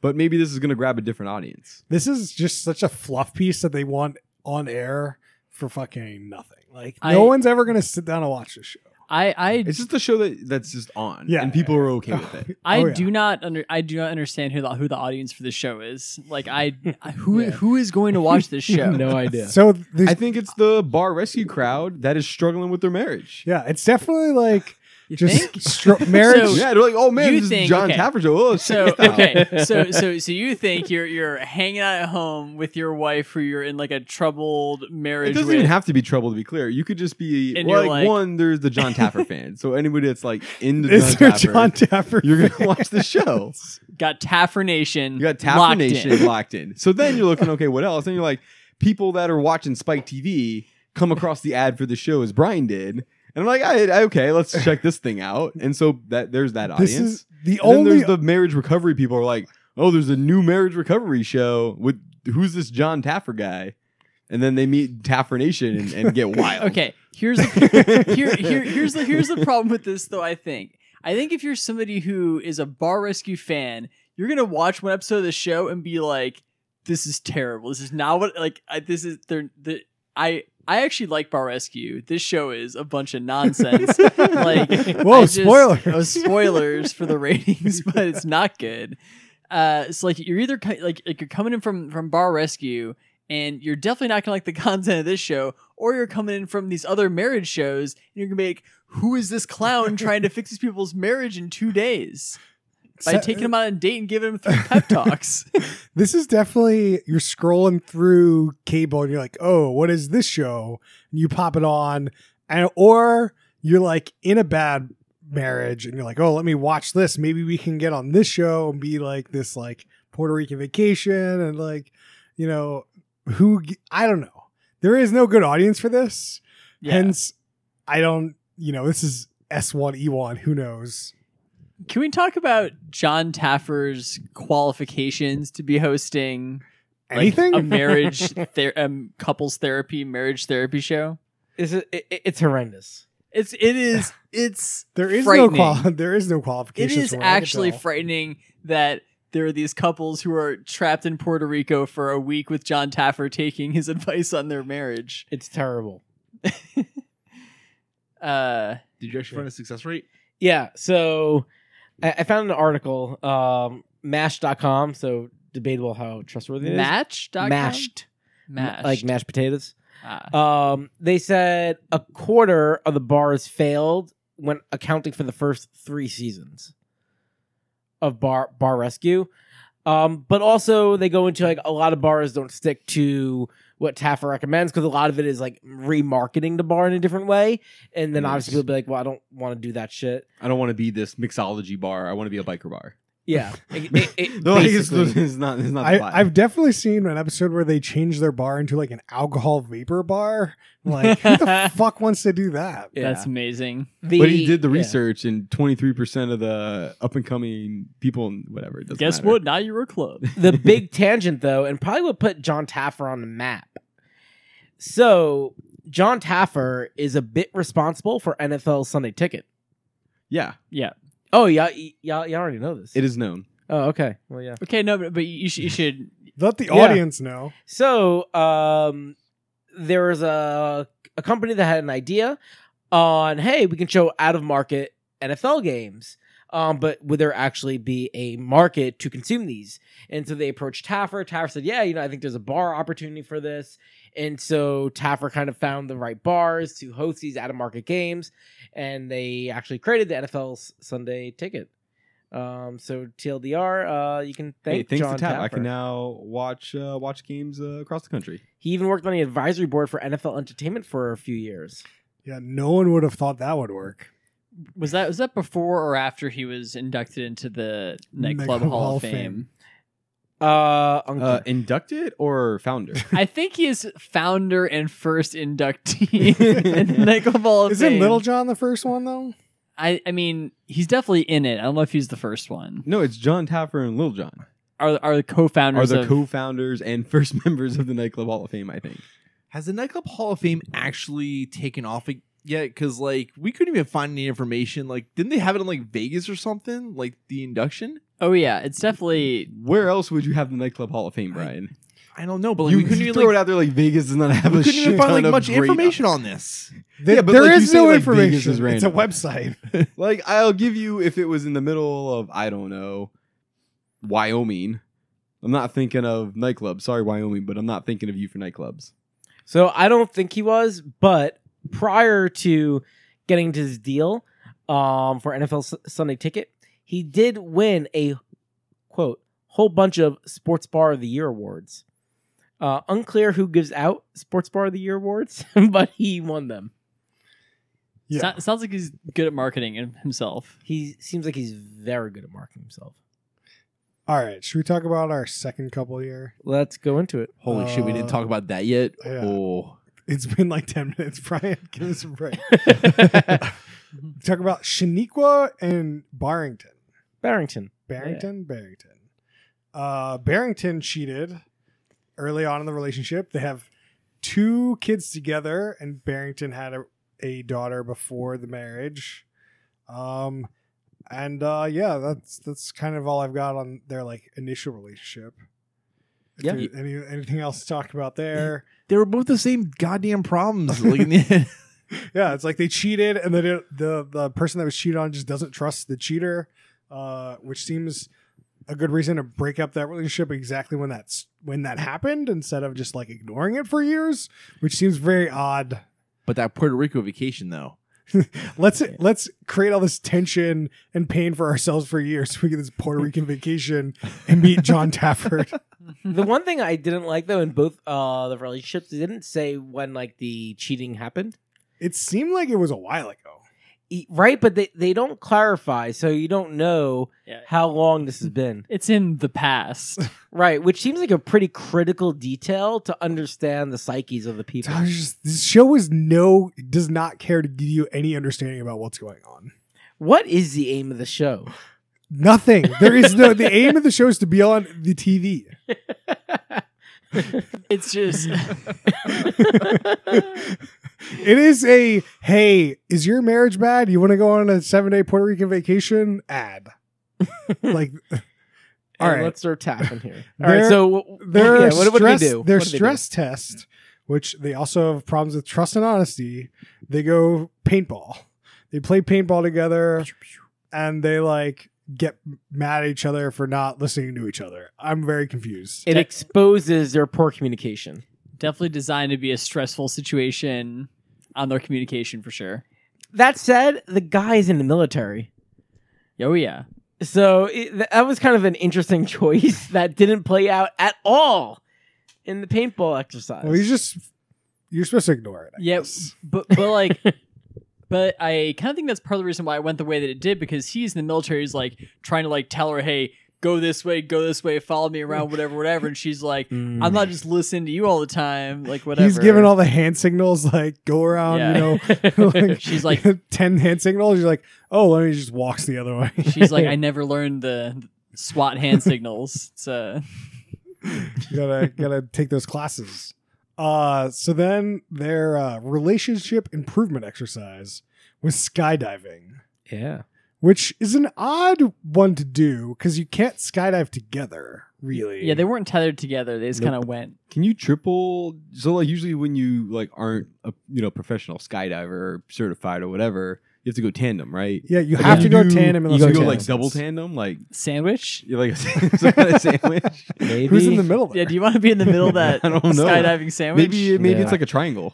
Speaker 5: But maybe this is gonna grab a different audience.
Speaker 1: This is just such a fluff piece that they want on air for fucking nothing. Like no
Speaker 4: I-
Speaker 1: one's ever gonna sit down and watch this show.
Speaker 4: I I
Speaker 5: It's just a show that that's just on.
Speaker 1: Yeah.
Speaker 5: And people are okay with it.
Speaker 4: I
Speaker 1: Oh, yeah.
Speaker 4: do not under I do not understand who the who the audience for this show is. Like I I- who
Speaker 3: Yeah.
Speaker 4: who is going to watch this show?
Speaker 3: No idea.
Speaker 1: So the,
Speaker 5: I think it's the bar rescue crowd that is struggling with their marriage.
Speaker 1: yeah, it's definitely like
Speaker 4: You
Speaker 1: just
Speaker 4: think?
Speaker 1: stro- marriage.
Speaker 4: So-
Speaker 5: Yeah, they're like, oh man,
Speaker 4: You
Speaker 5: this
Speaker 4: think-
Speaker 5: is John
Speaker 4: okay.
Speaker 5: Taffer show. Oh,
Speaker 4: So
Speaker 5: check it out.
Speaker 4: okay, so so so you think you're you're hanging out at home with your wife who you're in like a troubled marriage
Speaker 5: It doesn't
Speaker 4: with.
Speaker 5: even have to be trouble to be clear. You could just be
Speaker 4: And
Speaker 5: well,
Speaker 4: you're
Speaker 5: like,
Speaker 4: like-
Speaker 5: one. There's the John Taffer fan. So anybody that's like into
Speaker 1: is there
Speaker 5: John Taffer,
Speaker 1: John Taffer?
Speaker 5: you're gonna watch the show.
Speaker 4: got Taffer Nation.
Speaker 5: You got Taffer
Speaker 4: locked in.
Speaker 5: Nation locked in. So then you're looking, okay, what else? And you're like, people that are watching Spike TV come across the ad for the show as Brian did, and I'm like, I, okay, let's check this thing out. And so that there's that audience.
Speaker 1: this is the
Speaker 5: and
Speaker 1: only
Speaker 5: then there's the marriage recovery people are like, oh, there's a new marriage recovery show with who's this John Taffer guy? And then they meet Taffer Nation and, and get wild.
Speaker 4: Okay, here's the here, here here's the here's the problem with this though. I think I think if you're somebody who is a Bar Rescue fan, you're gonna watch one episode of the show and be like, "This is terrible. This is not what like I, this is." They're, the I I actually like Bar Rescue. This show is a bunch of nonsense. like
Speaker 1: Whoa,
Speaker 4: I just-
Speaker 1: spoilers.
Speaker 4: oh, spoilers for the ratings, but it's not good. Uh, it's like you're either co- like like you're coming in from from Bar Rescue, and you're definitely not gonna like the content of this show, or you're coming in from these other marriage shows, and you're gonna be like, who is this clown trying to fix these people's marriage in two days by
Speaker 1: Se-
Speaker 4: taking them on a date and giving them three pep talks?
Speaker 1: This is definitely you're scrolling through cable and you're like, oh, what is this show? And you pop it on, and or you're like in a bad marriage and you're like, oh, let me watch this. Maybe we can get on this show and be like this like Puerto Rican vacation and like, you know, who g- I don't know. There is no good audience for this.
Speaker 4: Yeah.
Speaker 1: Hence, I don't. You know, this is S one E one. Who knows?
Speaker 4: Can we talk about John Taffer's qualifications to be hosting like,
Speaker 1: Anything?
Speaker 4: a marriage ther- um, couples therapy marriage therapy show?
Speaker 3: It's it, it's horrendous.
Speaker 4: It's it is it's
Speaker 1: there is no
Speaker 4: frightening.
Speaker 1: qual. There is no
Speaker 4: It
Speaker 1: qualifications.
Speaker 4: is
Speaker 1: for an
Speaker 4: actually
Speaker 1: adult.
Speaker 4: frightening that there are these couples who are trapped in Puerto Rico for a week with John Taffer taking his advice on their marriage.
Speaker 3: It's terrible.
Speaker 4: Uh,
Speaker 2: Did you actually find a success rate?
Speaker 3: Yeah. So I, I found an article, um, mash.com. So debatable how trustworthy it is.
Speaker 4: match
Speaker 3: Mashed.
Speaker 4: mashed
Speaker 3: Like mashed potatoes.
Speaker 4: Ah.
Speaker 3: Um, they said a quarter of the bars failed when accounting for the first three seasons of Bar Bar Rescue. Um, but also they go into like a lot of bars don't stick to what Taffer recommends because a lot of it is like remarketing the bar in a different way, and then obviously people be like, "Well, I don't want to do that shit."
Speaker 5: I don't want to be this mixology bar. I want to be a biker bar.
Speaker 3: Yeah, It- it- it
Speaker 5: No, like, it's,
Speaker 3: basically-
Speaker 5: it's not. It's not. The vibe.
Speaker 1: I, I've definitely seen an episode where they changed their bar into like an alcohol vapor bar. I'm Like, who the fuck wants to do that?
Speaker 3: yeah.
Speaker 4: That's amazing.
Speaker 3: the,
Speaker 5: but he did the
Speaker 3: yeah.
Speaker 5: research, and 23% of the up and coming people, and whatever. It doesn't
Speaker 4: Guess
Speaker 5: matter.
Speaker 4: what? Now you're a club.
Speaker 3: the big tangent though, and probably what put John Taffer on the map. So John Taffer is a bit responsible for NFL Sunday Ticket.
Speaker 5: Yeah,
Speaker 3: Oh yeah, y'all, y'all already know this.
Speaker 5: it is known.
Speaker 3: Oh okay, well yeah.
Speaker 4: Okay, no, but, but you should you should
Speaker 1: Let the
Speaker 3: Yeah.
Speaker 1: audience know.
Speaker 3: So um, there was a a company that had an idea on hey, we can show out of market NFL games. Um, but would there actually be a market to consume these? And so they approached Taffer. Taffer said, Yeah, you know, I think there's a bar opportunity for this. And so Taffer kind of found the right bars to host these out of market games. And they actually created the NFL's Sunday ticket. Um, so TLDR, uh, you can
Speaker 5: Hey,
Speaker 3: thank
Speaker 5: thanks
Speaker 3: John
Speaker 5: to Tap, I
Speaker 3: Taffer.
Speaker 5: can now watch uh, watch games uh, across the country.
Speaker 3: He even worked on the advisory board for NFL Entertainment for a few years.
Speaker 1: Yeah, no one would have thought that would work.
Speaker 4: Was that was that before or after he was inducted into the nightclub
Speaker 1: Nightclub
Speaker 4: Hall of Fame?
Speaker 3: Uh, unclear.
Speaker 5: Uh, inducted or founder?
Speaker 4: I think he is founder and first inductee in the nightclub Hall of
Speaker 1: Isn't
Speaker 4: Fame.
Speaker 1: Little John the first one though?
Speaker 4: I I mean, he's definitely in it. I don't know if he's the first one.
Speaker 5: no, it's John Taffer and Lil John
Speaker 4: Are are the
Speaker 5: are
Speaker 4: co-founders
Speaker 5: the
Speaker 4: of
Speaker 5: co-founders and first members of the nightclub Hall of Fame. I think.
Speaker 2: Has the nightclub Hall of Fame actually taken off i- yet? Because like we couldn't even find any information. Like, didn't they have it in like Vegas or something? Like the induction?
Speaker 4: Oh yeah, it's definitely
Speaker 5: Where else would you have the nightclub Hall of Fame, Brian?
Speaker 2: I don't know, but like
Speaker 5: you
Speaker 2: we couldn't
Speaker 5: you
Speaker 2: even
Speaker 5: throw
Speaker 2: like,
Speaker 5: it out there like Vegas does not have
Speaker 2: we
Speaker 5: a
Speaker 2: couldn't even
Speaker 5: shit
Speaker 2: find
Speaker 5: ton
Speaker 2: like
Speaker 5: of
Speaker 2: much
Speaker 5: great
Speaker 2: information on this.
Speaker 5: Yeah, but,
Speaker 1: there
Speaker 5: like, you
Speaker 1: is
Speaker 5: say,
Speaker 1: no
Speaker 5: like, Vegas
Speaker 1: information.
Speaker 5: is
Speaker 1: it's a
Speaker 5: random.
Speaker 1: website.
Speaker 5: Like I'll give you if it was in the middle of I don't know Wyoming. I'm not thinking of nightclubs. Sorry, Wyoming, but I'm not thinking of you for nightclubs.
Speaker 3: so I don't think he was, but prior to getting to his deal um, for NFL S- Sunday Ticket, he did win a quote whole bunch of Sports Bar of the Year awards. Uh, unclear who gives out Sports Bar of the Year awards, but he won them.
Speaker 1: Yeah.
Speaker 4: so- sounds like he's good at marketing him- himself.
Speaker 3: He seems like he's very good at marketing himself.
Speaker 1: All right, should we talk about our second couple here?
Speaker 3: Let's go into it.
Speaker 2: Holy shit, we didn't
Speaker 1: Uh,
Speaker 2: talk about that yet.
Speaker 1: yeah.
Speaker 2: Oh,
Speaker 1: It's been like 10 minutes, Brian. Give us a break. Talk about Shaniqua and Barrington.
Speaker 3: Barrington.
Speaker 1: Barrington, Barrington. Uh, Barrington cheated early on in the relationship. They have two kids together, and Barrington had a, a daughter before the marriage. Um, and uh, yeah, that's that's kind of all I've got on their like initial relationship. If
Speaker 3: Yeah.
Speaker 1: there's Any, anything else to talk about there?
Speaker 2: they were both the same goddamn problems. Like in the end.
Speaker 1: yeah, it's like they cheated, and the the the person that was cheated on just doesn't trust the cheater, uh, which seems a good reason to break up that relationship exactly when that's when that happened instead of just like ignoring it for years, which seems very odd.
Speaker 2: But that Puerto Rico vacation though.
Speaker 1: Let's let's create all this tension and pain for ourselves for years. so We get this Puerto Rican vacation and meet John Tafford.
Speaker 3: the one thing I didn't like though in both uh the relationships, they didn't say when like the cheating happened.
Speaker 1: It seemed like it was a while ago.
Speaker 3: E- Right, but they, they don't clarify, so you don't know
Speaker 4: Yeah.
Speaker 3: how long this has been.
Speaker 4: It's in the past.
Speaker 3: Right, which seems like a pretty critical detail to understand the psyches of the people.
Speaker 1: I was just- this show is no does not care to give you any understanding about what's going on.
Speaker 3: What is the aim of the show?
Speaker 1: Nothing. There is no. the aim of the show is to be on the TV.
Speaker 4: It's just
Speaker 1: It is a hey, is your marriage bad? You want to go on a seven day Puerto Rican vacation? Ad. like, all
Speaker 3: All right,
Speaker 1: right.
Speaker 3: let's start tapping here. All right,
Speaker 1: They're-
Speaker 3: so w- w-
Speaker 1: Their
Speaker 3: yeah, what, what do we
Speaker 1: stress,
Speaker 3: do?
Speaker 1: Their
Speaker 3: What do they do?
Speaker 1: stress test, which they also have problems with trust and honesty. They go paintball. They play paintball together, and they like get mad at each other for not listening to each other. I'm very confused.
Speaker 3: It exposes their poor communication.
Speaker 4: definitely designed to be a stressful situation on their communication for sure.
Speaker 3: That said, the guy is in the military.
Speaker 4: Oh yeah.
Speaker 3: So it, th- that was kind of an interesting choice that didn't play out at all in the paintball exercise.
Speaker 1: well, you just you're supposed to ignore it. I
Speaker 4: Yeah,
Speaker 1: guess.
Speaker 4: but but like but i kind of think that's part of the reason why i went the way that it did because he's in the military is like trying to like tell her hey go this way go this way follow me around whatever whatever and she's like i'm not just listening to you all the time like whatever
Speaker 1: Mm. He's giving all the hand signals, like go around,
Speaker 4: Yeah.
Speaker 1: you know, like,
Speaker 4: She's like-
Speaker 1: ten hand signals. You're like, oh, let me just walks the other way.
Speaker 4: she's like i never learned the swat hand signals it's uh
Speaker 1: you gotta gotta take those classes. Uh, so then their uh, relationship improvement exercise was skydiving,
Speaker 3: yeah.
Speaker 1: which is an odd one to do because you can't skydive together, really.
Speaker 4: Yeah, they weren't tethered together. They just
Speaker 5: Nope.
Speaker 4: kind of went.
Speaker 5: Can you triple? So like usually when you like aren't a you know professional skydiver or certified or whatever, you have to go tandem, right?
Speaker 1: Yeah, you have to go
Speaker 5: You-
Speaker 1: tandem
Speaker 5: You
Speaker 1: unless
Speaker 5: go,
Speaker 1: you're
Speaker 5: like
Speaker 1: tandem.
Speaker 5: double tandem, like
Speaker 4: Sandwich?
Speaker 5: you're like a, some kind of sandwich.
Speaker 3: Maybe.
Speaker 1: Who's in the middle? There?
Speaker 4: Yeah, do you want to be in the middle of that
Speaker 5: I don't know.
Speaker 4: skydiving sandwich?
Speaker 5: Maybe maybe
Speaker 3: Yeah.
Speaker 5: it's like a triangle.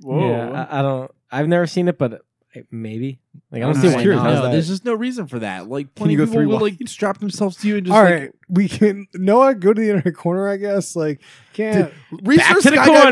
Speaker 4: Whoa.
Speaker 3: Yeah, I, I don't. I've never seen it, but uh, maybe. Like I don't
Speaker 5: I'm
Speaker 3: see
Speaker 5: just
Speaker 3: why
Speaker 5: curious,
Speaker 3: not.
Speaker 5: how's
Speaker 2: No,
Speaker 5: that?
Speaker 2: there's just no reason for that. Like, plenty
Speaker 5: you go
Speaker 2: of people
Speaker 5: three
Speaker 2: will
Speaker 5: wide?
Speaker 2: like strap themselves to you and just
Speaker 1: All
Speaker 2: like
Speaker 1: right, we can Noah go to the inner corner, I guess. Like, can't
Speaker 2: research
Speaker 3: to the
Speaker 2: skydiving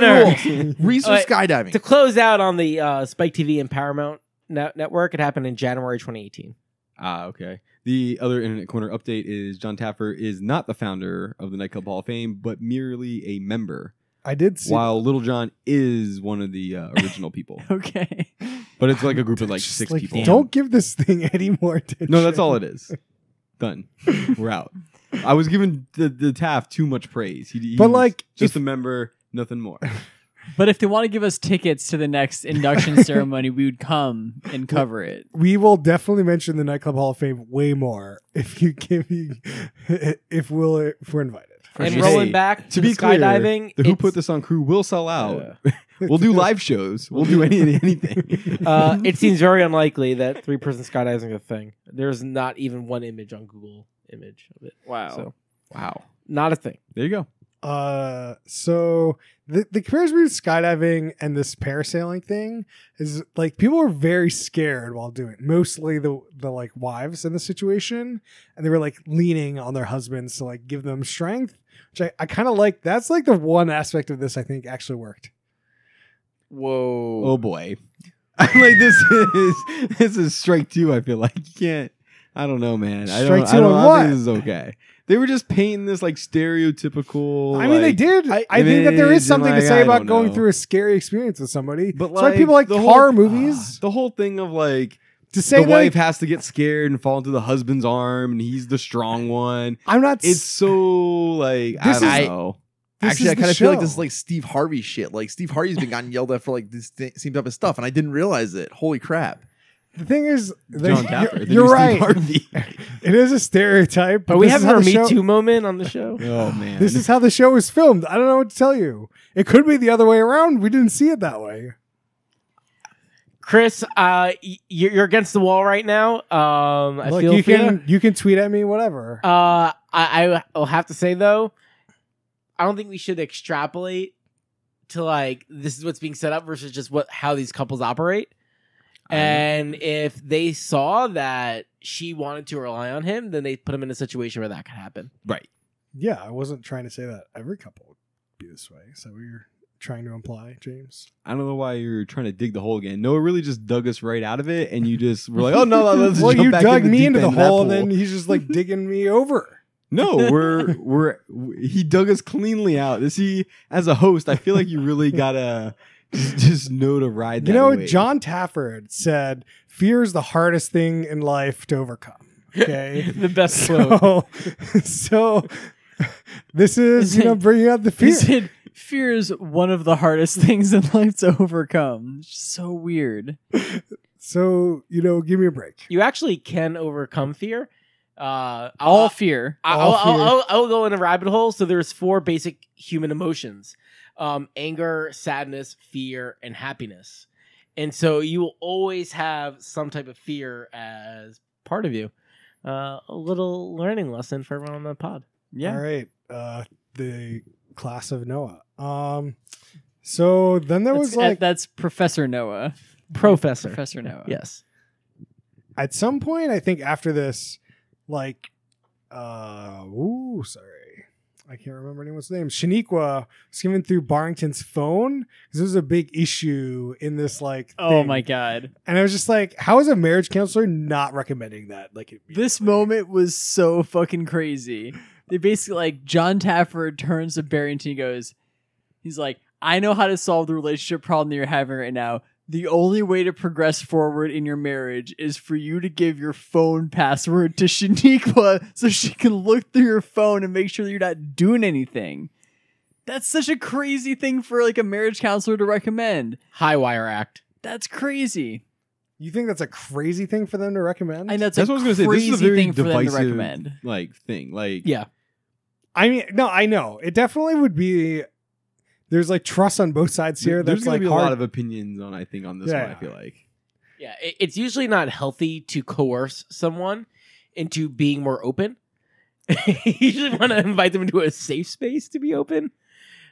Speaker 3: corner.
Speaker 2: rules. research skydiving.
Speaker 3: To close out on the uh, Spike TV and Paramount net- network, it happened in January 2018.
Speaker 5: Ah, okay. The other Internet Corner update is John Taffer is not the founder of the Nightclub Hall of Fame, but merely a member.
Speaker 1: I did see?
Speaker 5: While Little John is one of the uh, original people,
Speaker 4: Okay.
Speaker 5: but it's like a group of like
Speaker 1: Just,
Speaker 5: six
Speaker 1: like,
Speaker 5: people.
Speaker 1: Don't give this thing any more attention.
Speaker 5: No, that's all it is. Done. We're out. I was giving the, the Taft too much praise. He, he
Speaker 1: But,
Speaker 5: was
Speaker 1: like,
Speaker 5: just
Speaker 1: if-
Speaker 5: a member, nothing more.
Speaker 4: But if they want to give us tickets to the next induction ceremony, we would come and cover it.
Speaker 1: we will definitely mention the nightclub hall of fame way more if you give me if we'll if we're invited
Speaker 3: And
Speaker 5: Hey,
Speaker 3: rolling back to,
Speaker 5: to
Speaker 3: the
Speaker 5: be clear,
Speaker 3: skydiving,
Speaker 5: The Who
Speaker 3: it's-
Speaker 5: Put This on crew will sell out. We'll do live shows. We'll do any anything.
Speaker 3: uh, it seems very unlikely that three person skydiving is a thing. There's not even one image on Google image of it.
Speaker 4: Wow.
Speaker 3: So
Speaker 5: wow.
Speaker 3: not a thing.
Speaker 5: There you go.
Speaker 1: uh so the, the comparison between skydiving and this parasailing thing is like people were very scared while doing it. mostly the the like wives in the situation and they were like leaning on their husbands to like give them strength which i, I kind of like that's like the one aspect of this i think actually worked
Speaker 2: Whoa.
Speaker 5: Oh boy. I'm like this is this is strike two. I feel like you can't. I don't know, man. I don't,
Speaker 1: Strike two
Speaker 5: I don't,
Speaker 1: on
Speaker 5: I don't
Speaker 1: what?
Speaker 5: think this is okay. They were just painting this like stereotypical.
Speaker 1: I mean, they
Speaker 5: like-
Speaker 1: did. I,
Speaker 5: I-
Speaker 1: think that there is something to
Speaker 5: like,
Speaker 1: say
Speaker 5: I
Speaker 1: about
Speaker 5: don't
Speaker 1: going
Speaker 5: know.
Speaker 1: through a scary experience with somebody.
Speaker 5: But
Speaker 1: That's
Speaker 5: like
Speaker 1: why people like
Speaker 5: the
Speaker 1: horror
Speaker 5: whole-
Speaker 1: movies.
Speaker 5: The whole thing of like
Speaker 1: to say
Speaker 5: the
Speaker 1: that
Speaker 5: wife has to get scared and fall into the husband's arm, and he's the strong one.
Speaker 1: I'm not.
Speaker 5: It's so like
Speaker 1: This
Speaker 5: I don't
Speaker 2: is-
Speaker 5: know.
Speaker 1: this
Speaker 2: Actually,
Speaker 1: is
Speaker 2: I
Speaker 1: the
Speaker 2: kind of feel like this is
Speaker 1: show.
Speaker 2: like Steve Harvey shit. Like Steve Harvey's been gotten yelled at for like this th- same type of stuff, and I didn't realize it. Holy crap!
Speaker 1: the thing is, the,
Speaker 5: John Taffer. the
Speaker 1: you're,
Speaker 5: new
Speaker 1: you're
Speaker 5: Steve
Speaker 1: right.
Speaker 5: Harvey.
Speaker 1: It is a stereotype. But
Speaker 3: Are we
Speaker 1: this is
Speaker 3: having
Speaker 1: how
Speaker 3: our
Speaker 1: the
Speaker 3: Me
Speaker 1: show,
Speaker 3: Too moment on the show?
Speaker 5: oh man,
Speaker 1: This is how the show is filmed. I don't know what to tell you. It could be the other way around. We didn't see it that way.
Speaker 3: Chris, uh, y- you're you're against the wall right now. Um, I
Speaker 1: Look,
Speaker 3: feel
Speaker 1: you
Speaker 3: for ya.
Speaker 1: can you can tweet at me, whatever.
Speaker 3: Uh, I, I will have to say though, I don't think we should extrapolate to like this is what's being set up versus just what how these couples operate. And if they saw that she wanted to rely on him, then they put him in a situation where that could happen.
Speaker 5: right.
Speaker 1: yeah, I wasn't trying to say that every couple would be this way. Is that what you're trying to imply, James?
Speaker 5: I don't know why you're trying to dig the hole again. Noah really just dug us right out of it, and you just were like, "Oh no, let's
Speaker 1: well,
Speaker 5: jump
Speaker 1: you
Speaker 5: back
Speaker 1: dug
Speaker 5: in the
Speaker 1: me
Speaker 5: deep
Speaker 1: into the
Speaker 5: end of that
Speaker 1: hole, and
Speaker 5: pool.
Speaker 1: then he's just like digging me over.
Speaker 5: No, we're we're he dug us cleanly out. This he as a host, I feel like you really gotta just, just know to ride.
Speaker 1: You
Speaker 5: that
Speaker 1: know,
Speaker 5: wave.
Speaker 1: John Tafford said, "Fear is the hardest thing in life to overcome." Okay,
Speaker 3: The best
Speaker 1: so, so this is
Speaker 4: Is
Speaker 1: you know
Speaker 4: it-
Speaker 1: bringing out the
Speaker 4: He
Speaker 1: fear.
Speaker 4: said, Fear is one of the hardest things in life to overcome. It's just so weird.
Speaker 1: So you know, give me a break.
Speaker 3: You actually can overcome fear. Uh,
Speaker 4: All
Speaker 3: I'll,
Speaker 4: fear.
Speaker 3: I- I'll,
Speaker 1: All
Speaker 3: I'll,
Speaker 1: fear.
Speaker 3: I'll, I'll go in a rabbit hole. So there's four basic human emotions: um, anger, sadness, fear, and happiness. And so you will always have some type of fear as part of you. Uh, a little learning lesson for everyone on the pod.
Speaker 1: All
Speaker 4: Yeah.
Speaker 1: right, uh, the class of Noah. Um, so then there
Speaker 4: That's,
Speaker 1: was like
Speaker 4: that's Professor Noah.
Speaker 3: Professor.
Speaker 4: Professor Noah.
Speaker 3: Yes.
Speaker 1: at some point, I think after this, like, uh, ooh, sorry. I can't remember anyone's name. Shaniqua was given through Barrington's phone because this was a big issue in this like.
Speaker 4: Oh
Speaker 1: thing.
Speaker 4: my God.
Speaker 1: And I was just like, how is a marriage counselor not recommending that? Like it-
Speaker 4: This moment was so fucking crazy. They basically like John Taffer turns to Barrington and goes, he's like, I know how to solve the relationship problem that you're having right now. The only way to progress forward in your marriage is for you to give your phone password to Shaniqua so she can look through your phone and make sure that you're not doing anything. That's such a crazy thing for like a marriage counselor to recommend.
Speaker 3: High wire act.
Speaker 4: That's crazy.
Speaker 1: You think that's a crazy thing for them to recommend?
Speaker 4: And that's,
Speaker 5: That's
Speaker 4: a
Speaker 5: what I was gonna say. This
Speaker 4: crazy
Speaker 5: is a very
Speaker 4: thing for them to
Speaker 5: divisive-
Speaker 4: recommend.
Speaker 5: like thing. Like
Speaker 3: Yeah.
Speaker 1: I mean, no, I know it definitely would be. There's like trust on both sides
Speaker 5: there-
Speaker 1: here.
Speaker 5: there's
Speaker 1: That's
Speaker 5: gonna
Speaker 1: like
Speaker 5: be a
Speaker 1: hard.
Speaker 5: lot of opinions on. I think on this one.
Speaker 1: Yeah.
Speaker 5: I feel like
Speaker 3: Yeah, it- it's usually not healthy to coerce someone into being more open. you usually want to invite them into a safe space to be open.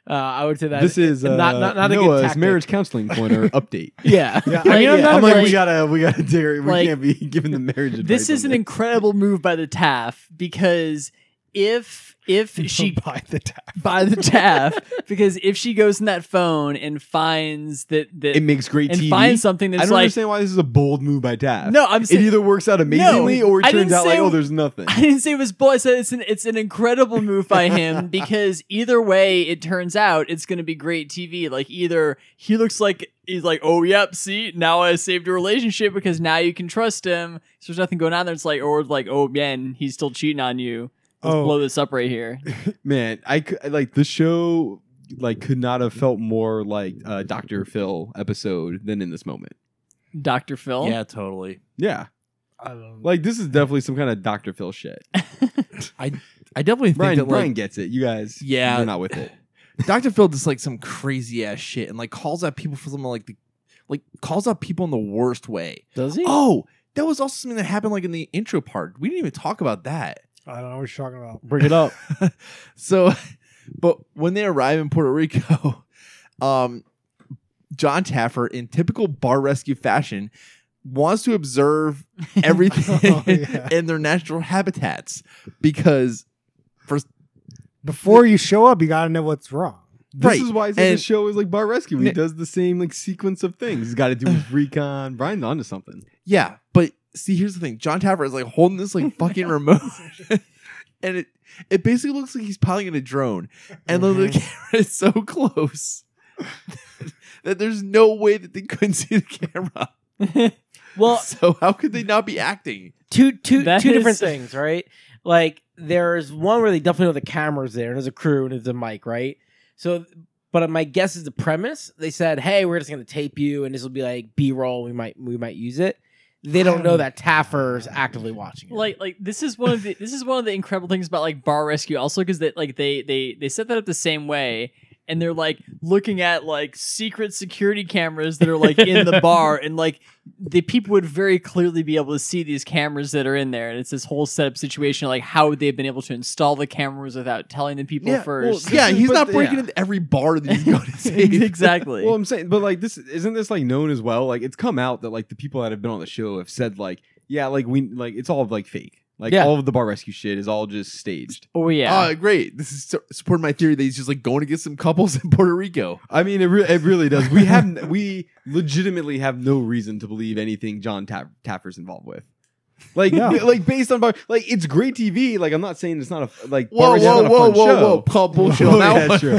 Speaker 3: Uh, I would say that
Speaker 5: this is uh,
Speaker 3: not- not- not a good
Speaker 5: Noah's
Speaker 3: tactic.
Speaker 5: marriage counseling corner update.
Speaker 3: yeah.
Speaker 1: yeah, I mean, I'm
Speaker 4: Yeah.
Speaker 1: not
Speaker 5: I'm
Speaker 1: a
Speaker 5: like,
Speaker 1: very-
Speaker 5: we gotta, we gotta dig. We
Speaker 4: like,
Speaker 5: can't be giving the marriage. Advice
Speaker 4: This
Speaker 5: on
Speaker 4: is an incredible move by the Taff because if if she
Speaker 1: by the tap.
Speaker 4: by the Taff because if she goes in that phone and finds that that
Speaker 5: It makes great
Speaker 4: and
Speaker 5: TV.
Speaker 4: finds something
Speaker 5: I
Speaker 4: that's
Speaker 5: don't
Speaker 4: like
Speaker 5: understand why this is a bold move by Taft.
Speaker 4: no, I'm
Speaker 5: it
Speaker 4: saying
Speaker 5: either works out amazingly or it
Speaker 4: I
Speaker 5: turns
Speaker 4: didn't
Speaker 5: out like,
Speaker 4: say-
Speaker 5: oh, there's nothing.
Speaker 4: I didn't say it was bull. I said it's an it's an incredible move by him because either way it turns out it's going to be great TV. Like either he looks like he's like, oh yep, see now I saved a relationship because now you can trust him. So there's nothing going on there. It's like or like oh man, he's still cheating on you. Let's
Speaker 1: Oh.
Speaker 4: blow this up right here.
Speaker 5: Man, I could, like the show. Like, could not have felt more like uh, Doctor Phil episode than in this moment.
Speaker 4: Doctor Phil.
Speaker 2: Yeah, totally.
Speaker 5: Yeah,
Speaker 1: I don't know.
Speaker 5: like this is definitely some kind of Doctor Phil shit.
Speaker 2: I definitely think
Speaker 5: Brian,
Speaker 2: that like
Speaker 5: Brian gets it. You guys,
Speaker 2: Yeah.
Speaker 5: you're not with it.
Speaker 2: Dr. Phil does like some crazy ass shit and like calls out people for something like the like calls out people in the worst way.
Speaker 3: Does he?
Speaker 2: Oh, that was also something that happened like in the intro part. We didn't even talk about that.
Speaker 1: Oh, I don't know what you're talking about.
Speaker 3: Bring it up.
Speaker 2: So, but when they arrive in Puerto Rico, um, John Taffer, in typical bar rescue fashion, wants to observe everything
Speaker 1: Oh, yeah.
Speaker 2: in their natural habitats because
Speaker 1: Before you show up, you got to know what's wrong.
Speaker 5: This
Speaker 2: Right,
Speaker 5: is why I say
Speaker 2: and-
Speaker 5: the show is like Bar Rescue. He
Speaker 2: N-
Speaker 5: does the same like sequence of things. He's got to do his recon. Brian's onto something.
Speaker 2: Yeah, but see, here's the thing: John Taffer is like holding this like fucking remote, and it it basically looks like he's piloting a drone, and then the
Speaker 5: Mm-hmm.
Speaker 2: camera is so close that there's no way that they couldn't see the camera.
Speaker 3: well,
Speaker 2: so how could they not be acting?
Speaker 3: two two
Speaker 4: That
Speaker 3: two different
Speaker 4: is-
Speaker 3: things, right? Like there's one where they definitely know the cameras there and there's a crew and there's a mic, right? So but my guess is the premise. They said, "Hey, we're just going to tape you and this will be like B-roll, we might we might use it." They don't know that Taffer's actively watching it.
Speaker 4: like like this is one of the this is one of the incredible things about like bar rescue also because they like they they they set that up the same way and they're like looking at like secret security cameras that are like in the bar and like the people would very clearly be able to see these cameras that are in there and it's this whole setup situation like how would they have been able to install the cameras without telling the people
Speaker 5: Yeah,
Speaker 4: first
Speaker 5: This
Speaker 2: yeah,
Speaker 5: is-
Speaker 2: he's
Speaker 5: but
Speaker 2: not
Speaker 5: the-
Speaker 2: breaking
Speaker 5: yeah.
Speaker 2: into every bar that he's going to see.
Speaker 4: exactly
Speaker 5: Well, I'm saying, but like this isn't this like known as well. Like it's come out that like the people that have been on the show have said like, yeah, like we like it's all like fake. Like
Speaker 3: Yeah.
Speaker 5: all of the bar rescue shit is all just staged.
Speaker 4: oh yeah
Speaker 2: Oh, great! This is su- supporting my theory that he's just like going to get some couples in Puerto Rico.
Speaker 5: I mean, it, re- it really does. We have we legitimately have no reason to believe anything John Ta- Taffer's involved with. Like,
Speaker 1: No.
Speaker 5: like based on bar, like it's great TV. Like I'm not saying it's not a like
Speaker 2: Whoa,
Speaker 5: bar Rescue's
Speaker 2: whoa,
Speaker 5: not a
Speaker 2: whoa,
Speaker 5: fun
Speaker 2: whoa,
Speaker 5: show.
Speaker 2: whoa! Call bullshit on
Speaker 5: Yeah,
Speaker 2: that one.
Speaker 5: sure. Uh,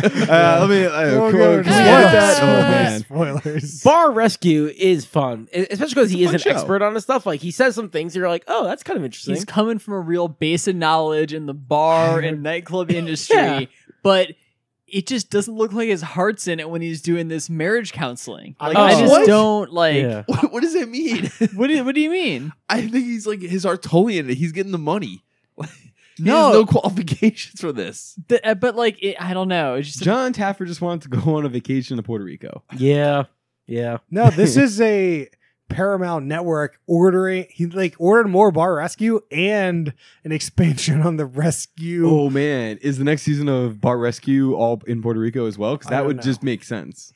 Speaker 5: Let me. Uh,
Speaker 1: We'll
Speaker 5: come
Speaker 1: go
Speaker 5: on,
Speaker 1: into
Speaker 5: come on.
Speaker 4: spoilers.
Speaker 5: That- Oh man.
Speaker 1: Spoilers.
Speaker 3: Bar Rescue is fun, e- especially because he
Speaker 5: It's
Speaker 3: is
Speaker 5: a
Speaker 3: an
Speaker 5: fun show.
Speaker 3: expert on this stuff. Like he says some things, you're like, "Oh, that's kind of interesting."
Speaker 4: He's coming from a real base of knowledge in the bar and nightclub industry,
Speaker 3: Yeah.
Speaker 4: but it just doesn't look like his heart's in it when he's doing this marriage counseling. Like
Speaker 3: Oh.
Speaker 4: I just
Speaker 2: What?
Speaker 4: don't like.
Speaker 3: Yeah.
Speaker 2: What, what does that mean?
Speaker 4: What do What do you mean?
Speaker 2: I think he's like his Artolian. He's getting the money. He
Speaker 4: No.
Speaker 2: has no qualifications for this.
Speaker 4: Th- uh, but like, it, I don't know. It's just
Speaker 5: John Taffer just wanted to go on a vacation to Puerto Rico.
Speaker 3: yeah, yeah.
Speaker 1: No, this is a Paramount Network ordering. He like ordered more Bar Rescue and an expansion on the rescue.
Speaker 5: Oh man, is the next season of Bar Rescue all in Puerto Rico as well? Because
Speaker 1: I
Speaker 5: that
Speaker 1: don't
Speaker 5: would
Speaker 1: know.
Speaker 5: just make sense.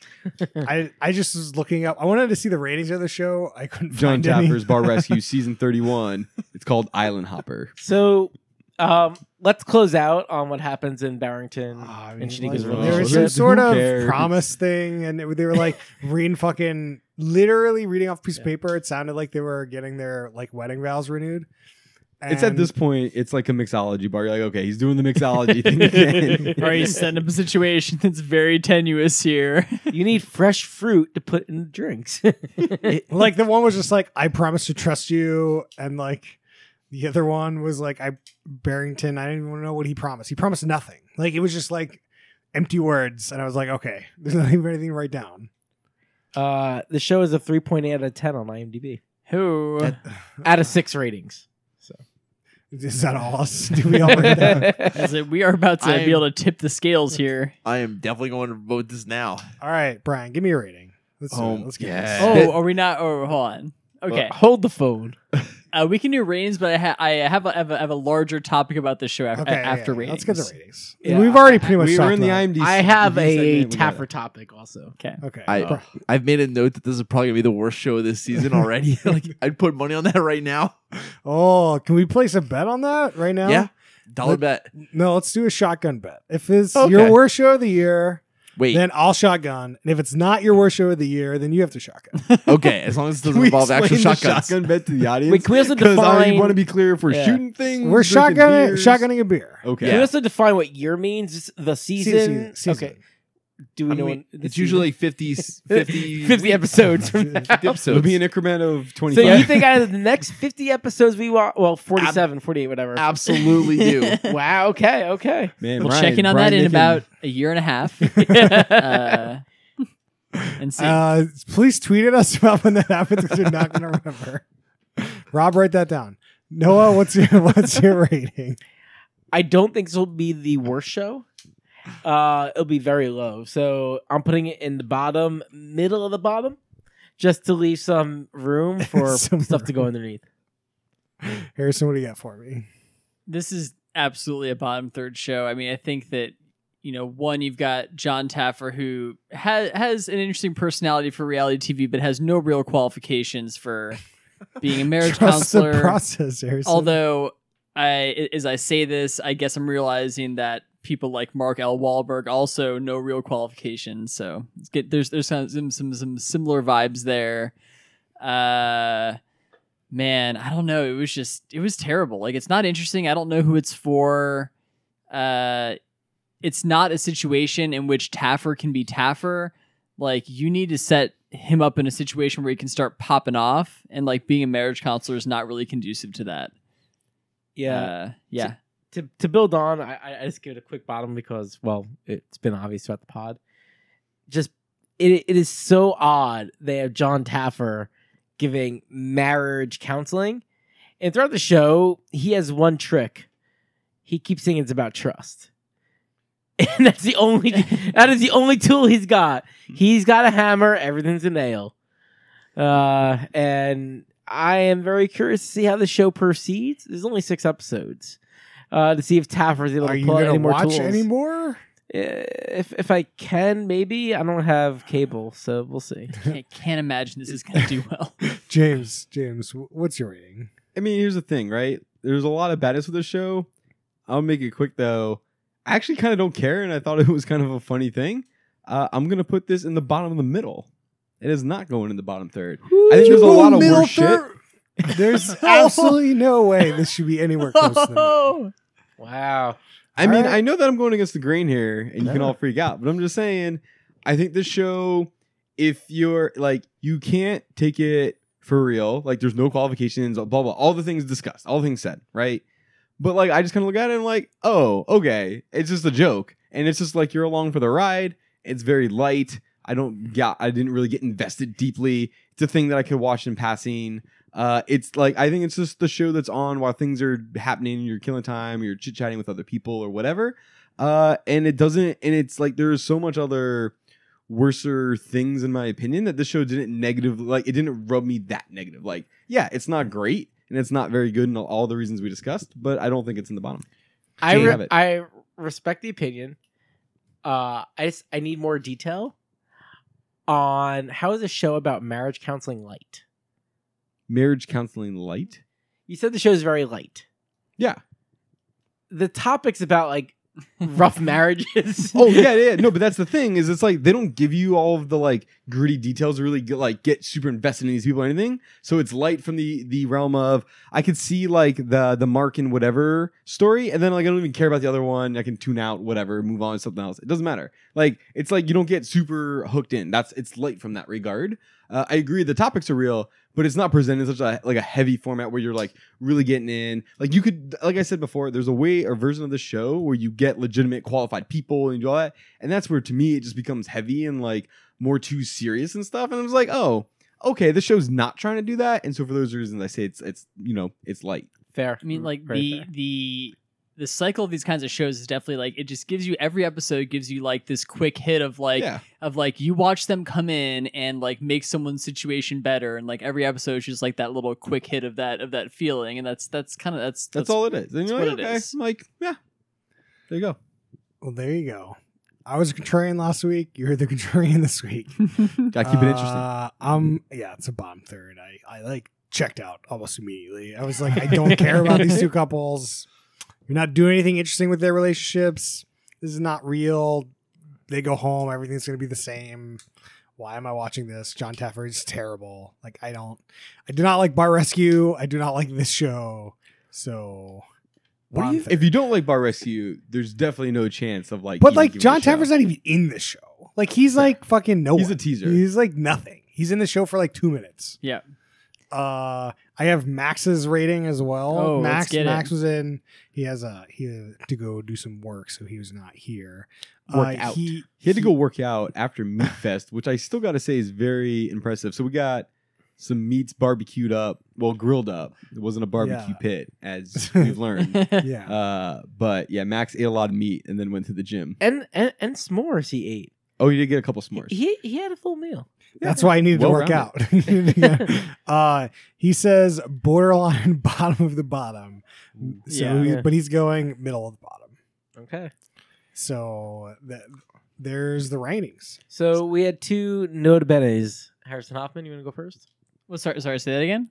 Speaker 1: I I just was looking up. I wanted to see the ratings of the show. I couldn't
Speaker 5: John
Speaker 1: find any.
Speaker 5: Taffer's Bar Rescue season thirty-one. It's called Island Hopper.
Speaker 3: So, um, let's close out on what happens in Barrington.
Speaker 1: Ah, I
Speaker 3: And
Speaker 1: mean,
Speaker 3: Shanika's
Speaker 1: like,
Speaker 5: relationship.
Speaker 1: there was some
Speaker 5: Who
Speaker 1: sort of
Speaker 5: cares?
Speaker 1: promise thing, and it, they were like reading fucking literally reading off a piece of paper. It sounded like they were getting their like wedding vows renewed.
Speaker 5: It's at
Speaker 1: And-
Speaker 5: this point, it's like a mixology bar. You're like, okay, he's doing the mixology thing again.
Speaker 4: or he's setting up a situation that's very tenuous here.
Speaker 3: you need fresh fruit to put in the drinks.
Speaker 1: like the one was just like i promise to trust you and like the other one was like i barrington i didn't even know what he promised he promised nothing like it was just like empty words and i was like okay there's nothing anything to write down
Speaker 3: uh, the show is a 3.8 out of 10 on IMDb.
Speaker 4: Who?
Speaker 3: out of six ratings.
Speaker 1: Is that all us? Do
Speaker 5: Oh
Speaker 1: we all read that?
Speaker 4: Is it, we are about to
Speaker 2: I'm-
Speaker 4: be able to tip the scales here.
Speaker 2: I am definitely going to vote this now.
Speaker 1: All right, Brian, give me a rating. Let's, do it.
Speaker 5: Um,
Speaker 1: Let's get
Speaker 5: yeah.
Speaker 1: this.
Speaker 4: Oh, are we not? Oh, hold on. Okay,
Speaker 3: Hold the phone.
Speaker 4: uh, we can do ratings, but I, ha- I have a, have, a, have a larger topic about this show af-
Speaker 1: okay,
Speaker 4: after
Speaker 1: yeah, yeah.
Speaker 4: ratings.
Speaker 1: Let's get the ratings.
Speaker 4: Yeah.
Speaker 1: We've already pretty much
Speaker 5: we
Speaker 1: talked
Speaker 5: were in the
Speaker 1: about it.
Speaker 5: IMDb.
Speaker 3: I have a
Speaker 5: segment, we got
Speaker 3: Taffer topic also.
Speaker 1: Okay.
Speaker 2: I-
Speaker 1: Bro-
Speaker 2: I've made a note that this is probably gonna be the worst show of this season already. like I'd put money on that right now.
Speaker 1: oh, can we place a bet on that right now?
Speaker 2: Yeah, dollar
Speaker 1: Let-
Speaker 2: bet.
Speaker 1: No, let's do a shotgun bet. If it's
Speaker 2: Okay.
Speaker 1: your worst show of the year,
Speaker 2: Wait,
Speaker 1: then I'll shotgun. And if it's not your worst show of the year, then you have to shotgun.
Speaker 2: okay. As long as it doesn't
Speaker 5: it. Can we
Speaker 2: involve actual
Speaker 5: explain the
Speaker 2: shotguns.
Speaker 5: shotgun bet to the audience.
Speaker 3: Wait, can we also
Speaker 5: Because I
Speaker 3: define?
Speaker 5: want to be clear if we're
Speaker 3: Yeah.
Speaker 5: shooting things.
Speaker 1: We're
Speaker 5: drinking
Speaker 1: shotgunning,
Speaker 5: beers.
Speaker 1: shotgunning a beer.
Speaker 5: Okay.
Speaker 3: Can we
Speaker 2: Yeah.
Speaker 3: also define what year means? It's The season.
Speaker 1: Season- season.
Speaker 3: Okay. Do we
Speaker 2: I
Speaker 3: know?
Speaker 2: mean,
Speaker 3: when- the
Speaker 2: it's
Speaker 3: season?
Speaker 2: usually like 50, 50,
Speaker 3: fifty episodes from now.
Speaker 2: episodes.
Speaker 5: It'll be an increment of
Speaker 3: So
Speaker 5: 25.
Speaker 3: you think out of the next 50 episodes we watch, well, 47, 48, whatever.
Speaker 2: Absolutely do.
Speaker 3: Wow. Okay. Okay.
Speaker 5: Man,
Speaker 4: We'll
Speaker 5: Ryan-
Speaker 4: check in on
Speaker 5: Ryan
Speaker 4: that in
Speaker 5: Nicken-
Speaker 4: about a year and a half. uh, and see.
Speaker 1: Uh, please tweet at us about when that happens because you're not going to remember. Rob, write that down. Noah, what's your what's your rating?
Speaker 3: I don't think this will be the worst show. Uh, it'll be very low. So I'm putting it in the bottom, middle of the bottom, just to leave some room for
Speaker 1: Some
Speaker 3: stuff to go
Speaker 1: room.
Speaker 3: underneath.
Speaker 1: Harrison, what do you got for me?
Speaker 4: this is absolutely a bottom third show. I mean, I think that you know, one you've got John Taffer who has has an interesting personality for reality TV, but has no real qualifications for being a marriage
Speaker 1: Trust the
Speaker 4: counselor.
Speaker 1: process, Harrison.
Speaker 4: Although, I as I say this, I guess I'm realizing that people like Mark L. Wahlberg also no real qualifications. So it's get, there's there's some some some, some similar vibes there. Uh, man, I don't know. It was just it was terrible. Like it's not interesting. I don't know who it's for. Uh, it's not a situation in which Taffer can be Taffer. Like you need to set him up in a situation where he can start popping off, and like being a marriage counselor is not really conducive to that.
Speaker 3: Yeah.
Speaker 4: Uh, yeah.
Speaker 3: to to build on, I- I, I just give it a quick bottom because well, it's been obvious throughout the pod. Just it it is so odd they have John Taffer giving marriage counseling, and throughout the show he has one trick. He keeps saying it's about trust, and that's the only that is the only tool he's got. He's got a hammer. Everything's a nail. Uh, and I am very curious to see how the show proceeds. There's only six episodes. Uh, to see if Taffer's able
Speaker 1: are
Speaker 3: to
Speaker 1: you
Speaker 3: pull out
Speaker 1: going
Speaker 3: any
Speaker 1: to
Speaker 3: more
Speaker 1: watch
Speaker 3: tools.
Speaker 1: any more?
Speaker 3: if if I can, maybe I don't have cable, so we'll see.
Speaker 4: Can't, can't imagine this is going to do well.
Speaker 1: James, James, wh- what's your rating?
Speaker 5: I mean, here's the thing, right? There's a lot of badness with the show. I'll make it quick though. I actually kind of don't care, and I thought it was kind of a funny thing. Uh, I'm gonna put this in the bottom of the middle. It is not going in the bottom third. I think there's a lot of worse shit.
Speaker 1: shit. There's absolutely no way this should be anywhere close to the middle.
Speaker 3: Wow.
Speaker 5: I
Speaker 1: All
Speaker 5: mean,
Speaker 1: right.
Speaker 5: I know that I'm going against the grain here, and you can
Speaker 1: No.
Speaker 5: all freak out, but I'm just saying, I think this show, if you're like, you can't take it for real. Like, there's no qualifications, blah, blah, all the things discussed, all things said, right? But like, I just kind of look at it and I'm like, oh, okay, it's just a joke. And it's just like, you're along for the ride. It's very light. I don't, yeah, I didn't really get invested deeply. It's a thing that I could watch in passing. Uh, it's like I think it's just the show that's on while things are happening. You're killing time. You're chit chatting with other people or whatever. Uh, and it doesn't. And it's like there's so much other worser things in my opinion that this show didn't negatively like it didn't rub me that negative. Like yeah, it's not great and it's not very good and all the reasons we discussed. But I don't think it's in the bottom.
Speaker 3: I
Speaker 5: Can't
Speaker 3: re-
Speaker 5: have it.
Speaker 3: I respect the opinion. Uh, I just, I need more detail on how is a show about marriage counseling light.
Speaker 5: Marriage counseling light.
Speaker 3: You said the show is very light.
Speaker 5: Yeah.
Speaker 3: The topics about like rough marriages.
Speaker 5: Oh yeah, yeah. No, but that's the thing is it's like they don't give you all of the like gritty details to really get, like get super invested in these people or anything. So it's light from the the realm of I could see like the the Mark and whatever story, and then like I don't even care about the other one. I can tune out whatever, move on to something else. It doesn't matter. Like it's like you don't get super hooked in. That's it's light from that regard. Uh, I agree the topics are real, but it's not presented in such a like a heavy format where you're like really getting in. Like you could, like I said before, there's a way or version of the show where you get legitimate qualified people and do all that, and that's where to me it just becomes heavy and like more too serious and stuff. And I was like, oh, okay, the show's not trying to do that, and so for those reasons, I say it's it's you know it's light.
Speaker 3: Fair.
Speaker 4: I mean, like
Speaker 3: Very
Speaker 4: the
Speaker 3: fair.
Speaker 4: the the cycle of these kinds of shows is definitely like it just gives you every episode gives you like this quick hit of like
Speaker 5: yeah,
Speaker 4: of like you watch them come in and like make someone's situation better and like every episode is just like that little quick hit of that of that feeling and that's that's kind of that's,
Speaker 5: that's, all it is. And you're
Speaker 4: that's
Speaker 5: like,
Speaker 4: what it
Speaker 5: okay,
Speaker 4: is.
Speaker 5: I'm like yeah, there you go.
Speaker 1: Well, there you go. I was a contrarian last week. You're the contrarian this week.
Speaker 5: Gotta keep it interesting.
Speaker 1: Uh, um, yeah, it's a bomb third. I, I like checked out almost immediately. I was like, I don't care about these two couples. You're not doing anything interesting with their relationships. This is not real. They go home. Everything's gonna be the same. Why am I watching this? John Taffer is terrible. Like I don't, I do not like Bar Rescue. I do not like this show. So,
Speaker 5: What do
Speaker 1: bomb
Speaker 5: you-
Speaker 1: third.
Speaker 5: if you don't like Bar Rescue, there's definitely no chance of like.
Speaker 1: but
Speaker 5: even
Speaker 1: like
Speaker 5: giving it
Speaker 1: John
Speaker 5: a shot.
Speaker 1: Taffer's not even in the show. Like he's like fucking no.
Speaker 5: he's
Speaker 1: one.
Speaker 5: a teaser.
Speaker 1: He's like nothing. He's in the show for like two minutes.
Speaker 4: Yeah.
Speaker 1: Uh, I have Max's rating as well.
Speaker 4: Oh, let's
Speaker 1: Max,
Speaker 4: get it.
Speaker 1: Max was in. He has a he had to go do some work, so he was not here. Uh,
Speaker 5: Work out.
Speaker 1: He,
Speaker 5: He had to go work out after Meat Fest, which I still got to say is very impressive. So we got some meats barbecued up, well, grilled up. It wasn't a barbecue
Speaker 1: Yeah.
Speaker 5: pit, as we've learned.
Speaker 1: Yeah.
Speaker 5: Uh, but yeah, Max ate a lot of meat and then went to the gym.
Speaker 3: And, and and s'mores he ate.
Speaker 5: Oh, he did get a couple s'mores.
Speaker 3: He he had a full meal.
Speaker 1: That's why I needed to work out.
Speaker 3: Well-rounded.
Speaker 1: uh, he says borderline bottom of the bottom. So,
Speaker 4: Mm, Yeah.
Speaker 1: he's- but he's going middle of the bottom.
Speaker 3: Okay.
Speaker 1: So that, there's the ratings.
Speaker 3: So we had two nota benes. Harrison Hoffman, you want to go first?
Speaker 4: well, sorry sorry say that again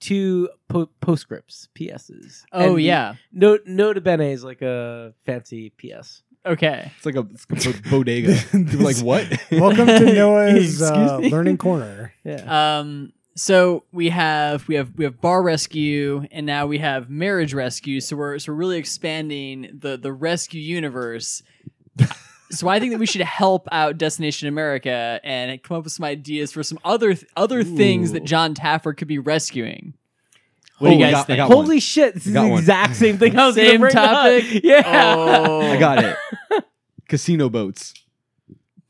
Speaker 3: Two po- postscripts, PSs.
Speaker 4: oh
Speaker 3: And the
Speaker 4: yeah
Speaker 3: No, nota bene is like a fancy PS.
Speaker 4: okay
Speaker 5: It's like a, it's like a bodega. People are like, what?
Speaker 1: Welcome to Noah's uh,
Speaker 4: Excuse me?
Speaker 1: Learning Corner.
Speaker 3: Yeah.
Speaker 4: Um, so we have we have we have bar rescue, and now we have marriage rescue. So we're so we're really expanding the the rescue universe. so I think that we should help out Destination America and come up with some ideas for some other th- other things that
Speaker 5: Ooh.
Speaker 4: John Taffer could be rescuing. What do you
Speaker 5: Oh, I
Speaker 4: guys
Speaker 5: got- I
Speaker 4: think?
Speaker 5: got one.
Speaker 3: Holy shit! This is
Speaker 5: got
Speaker 3: the
Speaker 5: one.
Speaker 3: exact same thing I was gonna
Speaker 4: Same
Speaker 3: bring up.
Speaker 4: topic?
Speaker 3: Yeah.
Speaker 4: Oh,
Speaker 5: I got it. Casino boats.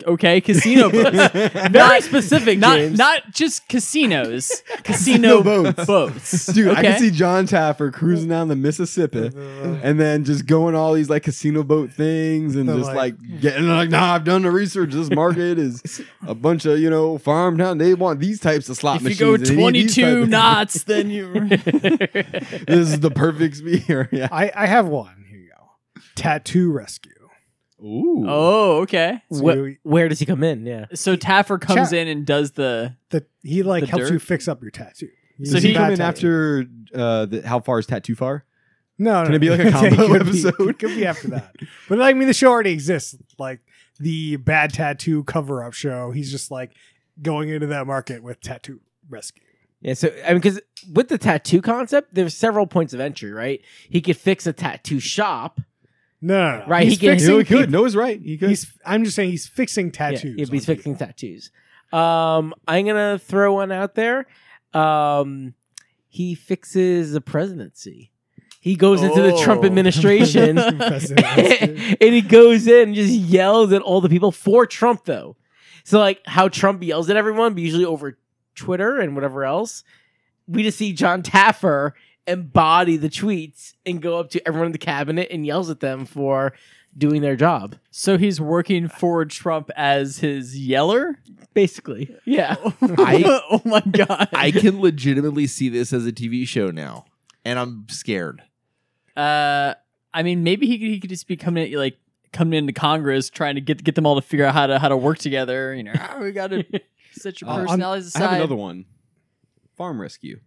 Speaker 4: okay. Casino boats,
Speaker 5: Dude,
Speaker 3: Very
Speaker 4: Not-
Speaker 3: specific.
Speaker 4: not
Speaker 3: James.
Speaker 4: not just casinos, casino
Speaker 5: boats.
Speaker 4: boats.
Speaker 5: I
Speaker 4: Okay.
Speaker 5: can see John Taffer cruising down the Mississippi. and then just going all these like casino boat things and
Speaker 1: They're
Speaker 5: just
Speaker 1: like-
Speaker 5: like, getting like nah i've done the research this market is a bunch of you know farm town they want these types of slot
Speaker 4: If you
Speaker 5: machines
Speaker 4: go
Speaker 5: and they need these
Speaker 4: 22
Speaker 5: type of-
Speaker 4: knots, then you.
Speaker 5: this is the perfect spear yeah
Speaker 1: I, I have one. Here you go. Tattoo rescue.
Speaker 5: Ooh.
Speaker 4: Oh, okay.
Speaker 1: So
Speaker 3: What-
Speaker 1: you-
Speaker 3: Where does he come in? Yeah.
Speaker 4: So Taffer comes
Speaker 1: Chat.
Speaker 4: in and does the
Speaker 1: the, he like
Speaker 4: The
Speaker 1: helps
Speaker 4: dirt?
Speaker 1: you fix up your tattoo.
Speaker 4: So
Speaker 5: so
Speaker 1: He's
Speaker 5: he
Speaker 1: a
Speaker 4: he-
Speaker 1: bad
Speaker 5: come in
Speaker 1: tattoo.
Speaker 5: after uh the, how far is tattoo far
Speaker 1: No, no,
Speaker 5: Can it be
Speaker 1: no.
Speaker 5: like a combo
Speaker 1: It could be-
Speaker 5: episode?
Speaker 1: it could be after that. But I mean, the show already exists. Like the bad tattoo cover up show. He's just like going into that market with tattoo rescue.
Speaker 3: Yeah, so I mean, because with the tattoo concept, there's several points of entry, right? He could fix a tattoo shop,
Speaker 1: No, no, no.
Speaker 3: Right,
Speaker 1: He's
Speaker 3: he can-
Speaker 5: he
Speaker 1: fixing.
Speaker 5: really could noah's right he could
Speaker 1: He's. I'm just saying he's fixing tattoos.
Speaker 3: Yeah, if he's
Speaker 1: on
Speaker 3: fixing tattoos. Um, I'm gonna throw one out there. Um, he fixes the presidency. He goes into the Trump
Speaker 4: Oh.
Speaker 3: administration,
Speaker 1: people. President rescue.
Speaker 3: and he goes in and just yells at all the people for Trump, though. So like how Trump yells at everyone, but usually over Twitter and whatever else. We just see John Taffer embody the tweets and go up to everyone in the cabinet and yells at them for doing their job,
Speaker 4: so he's working for Trump as his yeller.
Speaker 3: basically. Yeah.
Speaker 2: I-
Speaker 4: oh my god.
Speaker 2: I can legitimately see this as a TV show now, and I'm scared.
Speaker 4: uh I mean maybe he could, he could just be coming in like coming into Congress trying to get get them all to figure out how to how to work together, you know. "Ah, we got to set your
Speaker 5: Uh, I'm-
Speaker 4: personalities
Speaker 5: i
Speaker 4: aside.
Speaker 5: have another one farm rescue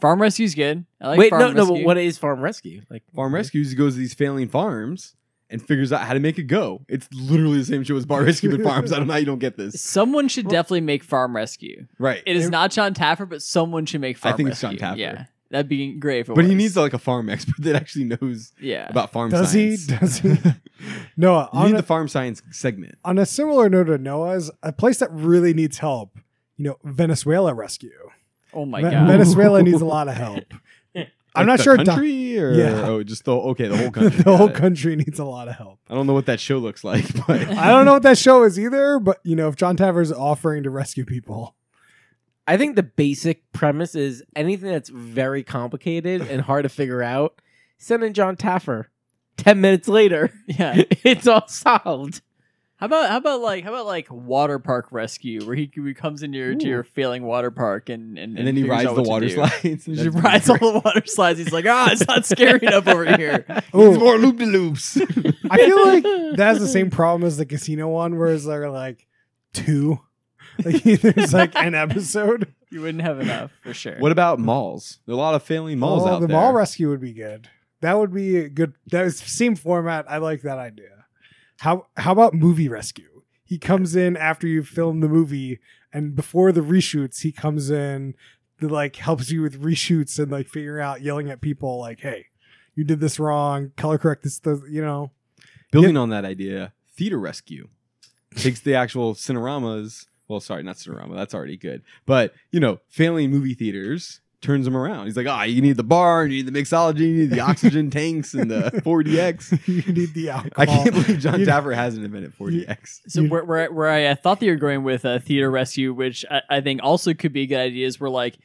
Speaker 4: Farm rescue's good. I like
Speaker 3: Wait,
Speaker 4: farm
Speaker 3: no, no, but
Speaker 4: rescue.
Speaker 3: what is farm rescue? Like
Speaker 5: farm rescues he goes to these failing farms and figures out how to make it go it's literally the same show as bar rescue but farms i don't know how you don't get this
Speaker 4: Someone should definitely make farm rescue.
Speaker 5: right
Speaker 4: It is not John Taffer, but someone should make farm.
Speaker 5: I think it's John
Speaker 4: Rescue.
Speaker 5: Taffer.
Speaker 4: Yeah, that'd be great. If it
Speaker 5: but he
Speaker 4: was.
Speaker 5: needs like a farm expert that actually knows
Speaker 4: Yeah.
Speaker 5: about farm
Speaker 1: Does he?
Speaker 5: science.
Speaker 1: Does he? Noah,
Speaker 5: You
Speaker 1: on
Speaker 5: need
Speaker 1: a,
Speaker 5: the farm science segment.
Speaker 1: on a similar note to Noah's, a place that really needs help. You know, Venezuela rescue.
Speaker 4: oh my
Speaker 1: Ve-
Speaker 4: god.
Speaker 1: Venezuela needs a lot of help. I'm not
Speaker 5: the
Speaker 1: sure. Don-
Speaker 5: Country or
Speaker 1: Yeah.
Speaker 5: oh, just the okay, the whole country.
Speaker 1: the whole
Speaker 5: Got it.
Speaker 1: country needs a lot of help.
Speaker 5: I don't know what that show looks like, but
Speaker 1: I don't know what that show is either, but you know, if John Taffer's offering to rescue people,
Speaker 3: I think the basic premise is anything that's very complicated and hard to figure out, send in John Taffer. Ten minutes later,
Speaker 4: Yeah.
Speaker 3: it's all solved.
Speaker 4: How about how about like how about like water park rescue where he, he comes into your to your failing water park and and,
Speaker 5: and, then he
Speaker 4: figures
Speaker 5: rides
Speaker 4: out
Speaker 5: the
Speaker 4: what to
Speaker 5: water
Speaker 4: do.
Speaker 5: slides.
Speaker 4: He rides all the water slides. He's like, ah, it's not scary enough over here.
Speaker 5: It's
Speaker 1: Oh,
Speaker 5: more loop de loops.
Speaker 1: I feel like that's the same problem as the casino one, whereas there are like two. Like there's like an episode.
Speaker 4: You wouldn't have enough for sure.
Speaker 5: what about malls? There are a lot of failing malls
Speaker 1: Oh,
Speaker 5: out
Speaker 1: the
Speaker 5: there.
Speaker 1: mall rescue would be good. That would be a good. That was same format. I like that idea. How how about movie rescue? He comes in after you film the movie, and before the reshoots, he comes in, to, like helps you with reshoots and like figuring out, yelling at people like, "Hey, you did this wrong. Color correct this." th- You know,
Speaker 5: Building on that idea, theater rescue takes the actual cineramas. Well, sorry, not cinerama. That's already good. But you know, family movie theaters turns them around. He's like, ah, you need the bar, you need the mixology, you need the oxygen tanks, and the 4DX.
Speaker 1: you need the alcohol.
Speaker 5: I can't believe John
Speaker 1: You-
Speaker 5: Taffer hasn't invented 4DX.
Speaker 4: So
Speaker 1: You-
Speaker 4: where, where, where I uh, thought that you were going with uh, theater rescue, which I, I think also could be a good idea, is where like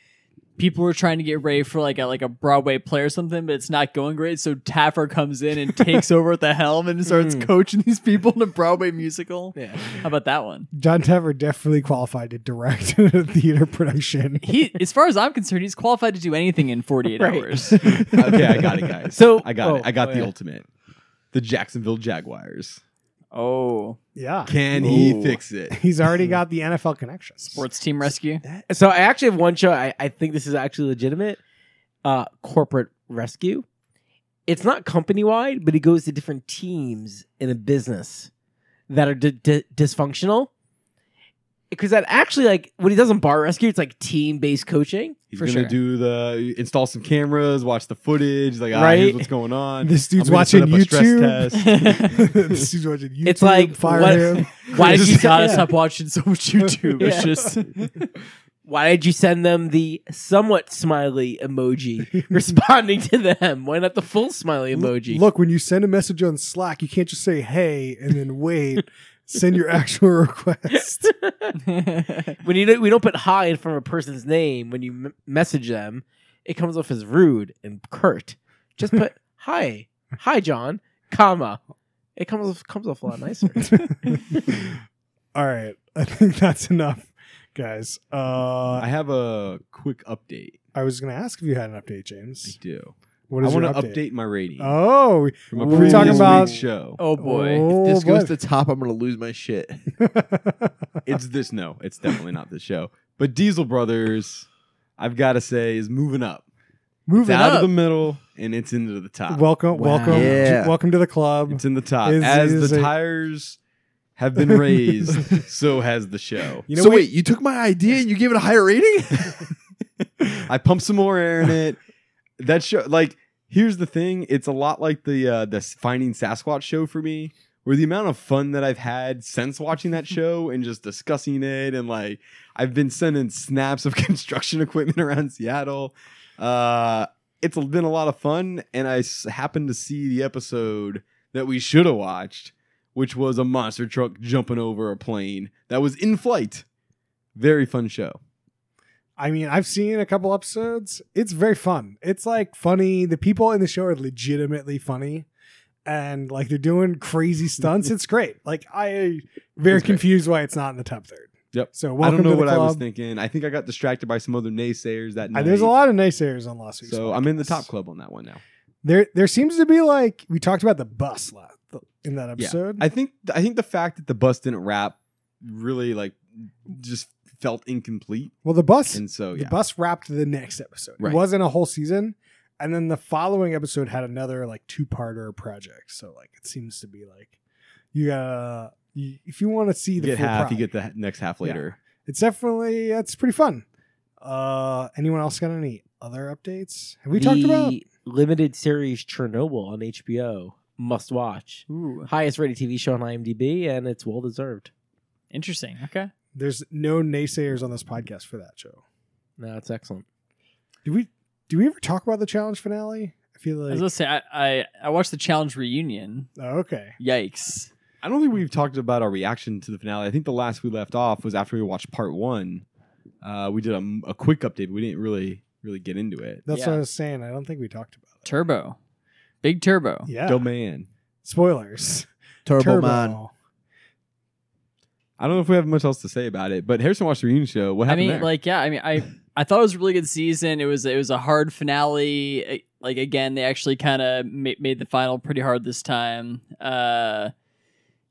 Speaker 4: people are trying to get ready for like a like a Broadway play or something, but it's not going great. So Taffer comes in and takes over at the helm and starts
Speaker 5: Hmm.
Speaker 3: Mm.
Speaker 4: coaching these people in a Broadway musical.
Speaker 3: Yeah.
Speaker 4: How about that one?
Speaker 1: John Taffer definitely qualified to direct a theater production.
Speaker 4: He, as far as I'm concerned, he's qualified to do anything in 48
Speaker 3: Right.
Speaker 4: hours.
Speaker 5: okay, I got it, guys.
Speaker 3: So-
Speaker 5: I got
Speaker 3: oh,
Speaker 5: it. I got
Speaker 3: oh,
Speaker 5: the
Speaker 3: yeah.
Speaker 5: ultimate. The Jacksonville Jaguars.
Speaker 4: Oh,
Speaker 1: Yeah,
Speaker 5: Can he
Speaker 4: Ooh.
Speaker 5: fix it?
Speaker 1: he's already got the NFL connections.
Speaker 4: sports team rescue.
Speaker 3: So I actually have one show. I, I think this is actually legitimate. Uh, corporate rescue. It's not company wide, but it goes to different teams in a business that are d- d- dysfunctional. Because that actually, like, when he does on bar rescue, it's like team based coaching.
Speaker 5: He's
Speaker 4: For
Speaker 5: gonna
Speaker 4: sure.
Speaker 5: do the install some cameras, watch the footage, like ah,
Speaker 3: Right?
Speaker 5: here's what's going on.
Speaker 1: This dude's
Speaker 5: I'm gonna set
Speaker 1: watching
Speaker 5: up a stress
Speaker 1: YouTube.
Speaker 5: test.
Speaker 1: this dude's watching YouTube.
Speaker 3: It's like,
Speaker 1: fire
Speaker 3: what-
Speaker 1: him.
Speaker 4: Why did
Speaker 3: Just-
Speaker 4: you gotta
Speaker 3: yeah.
Speaker 4: stop watching so much YouTube? It's
Speaker 3: Yeah.
Speaker 4: just
Speaker 3: Why did you send them the somewhat smiley emoji responding to them? Why not the full smiley emoji?
Speaker 1: Look, when you send a message on Slack, you can't just say "Hey" and then wait. send your actual request.
Speaker 3: when you don't, we don't put hi in front of a person's name when you m- message them, it comes off as rude and curt. Just put hi, hi John, comma. It comes off, comes off a lot nicer.
Speaker 1: All right, I think that's enough, guys. Uh,
Speaker 5: I have a quick update.
Speaker 1: I was going to ask if you had an update,
Speaker 5: I
Speaker 1: James.
Speaker 5: do.
Speaker 1: What
Speaker 5: I
Speaker 1: is
Speaker 5: want to
Speaker 1: your update?
Speaker 5: update my rating
Speaker 1: Oh,
Speaker 5: from a
Speaker 1: we're
Speaker 5: previous
Speaker 1: talking about-
Speaker 5: week's show.
Speaker 4: oh boy.
Speaker 1: Oh,
Speaker 2: If this
Speaker 1: boy.
Speaker 2: goes to top, I'm gonna lose my shit.
Speaker 5: It's this. No, it's definitely not this show. But Diesel Brothers, I've got to say, is moving up. It's
Speaker 1: moving
Speaker 5: out
Speaker 1: up.
Speaker 5: of the middle and it's into the top.
Speaker 1: welcome,
Speaker 3: Wow.
Speaker 1: welcome,
Speaker 2: Yeah.
Speaker 1: welcome to the club.
Speaker 5: it's in the top.
Speaker 1: Is-
Speaker 5: As
Speaker 1: is
Speaker 5: the
Speaker 1: it-
Speaker 5: tires have been raised, so has the show.
Speaker 1: You know
Speaker 2: so
Speaker 1: what?
Speaker 2: wait, you took my idea and you gave it a higher rating?
Speaker 5: I pumped some more air in it. That show, like, here's the thing: it's a lot like the uh, the Finding Sasquatch show for me, where the amount of fun that I've had since watching that show and just discussing it, and like, I've been sending snaps of construction equipment around Seattle. Uh, it's been a lot of fun, and I s- happened to see the episode that we should have watched, which was a monster truck jumping over a plane that was in flight. Very fun show.
Speaker 1: I mean, I've seen a couple episodes. It's very fun. It's like funny. The people in the show are legitimately funny and like they're doing crazy stunts. it's great. Like I very
Speaker 5: It's great.
Speaker 1: confused why it's not in the top third.
Speaker 5: Yep.
Speaker 1: So welcome
Speaker 5: I don't know
Speaker 1: to the
Speaker 5: what
Speaker 1: club.
Speaker 5: I was thinking. I think I got distracted by some other naysayers that night.
Speaker 1: Uh, There's a lot of naysayers on last week's.
Speaker 5: So I'm in the
Speaker 1: podcast.
Speaker 5: top club on that one now.
Speaker 1: There, there seems to be like we talked about the bus lot in that episode.
Speaker 5: I think I think the fact that the bus didn't wrap really like just felt incomplete,
Speaker 1: well, the bus,
Speaker 5: and so
Speaker 1: the
Speaker 5: Oh, yeah,
Speaker 1: bus wrapped the next episode.
Speaker 5: Right.
Speaker 1: It wasn't a whole season, and then the following episode had another like two-parter project. So like it seems to be like you gotta you, if you want to see
Speaker 5: you
Speaker 1: the
Speaker 5: get
Speaker 1: full
Speaker 5: half, you
Speaker 1: product,
Speaker 5: get the next half later.
Speaker 1: it's definitely it's pretty fun. Uh, anyone else got any other updates? Have we talked
Speaker 3: The
Speaker 1: about?
Speaker 3: limited series Chernobyl on HBO. Must watch.
Speaker 4: Ooh,
Speaker 3: Highest rated TV show on IMDb, and it's well deserved.
Speaker 4: interesting. Okay.
Speaker 1: There's no naysayers on this podcast for that show.
Speaker 3: No, it's excellent.
Speaker 1: Do we? Do we ever talk about the challenge finale? I feel
Speaker 4: I
Speaker 1: like
Speaker 4: was gonna say I, I I watched the challenge reunion.
Speaker 1: oh, okay.
Speaker 4: Yikes!
Speaker 5: I don't think we've talked about our reaction to the finale. I think the last we left off was after we watched part one. Uh, we did a, a quick update. But we didn't really really get into it.
Speaker 1: That's what
Speaker 3: Yeah.
Speaker 1: I was saying. I don't think we talked about it.
Speaker 4: Turbo. Big
Speaker 5: Oh,
Speaker 4: Turbo.
Speaker 1: Yeah.
Speaker 5: Domain.
Speaker 1: Spoilers.
Speaker 2: Turbo, Man.
Speaker 5: I don't know if we have much else to say about it, but Harrison watched the reunion show. What
Speaker 4: I
Speaker 5: happened
Speaker 4: mean,
Speaker 5: there?
Speaker 4: like, yeah, I mean, I I thought it was a really good season. It was it was a hard finale. Eh, Like again, they actually kind of ma- made the final pretty hard this time. Uh,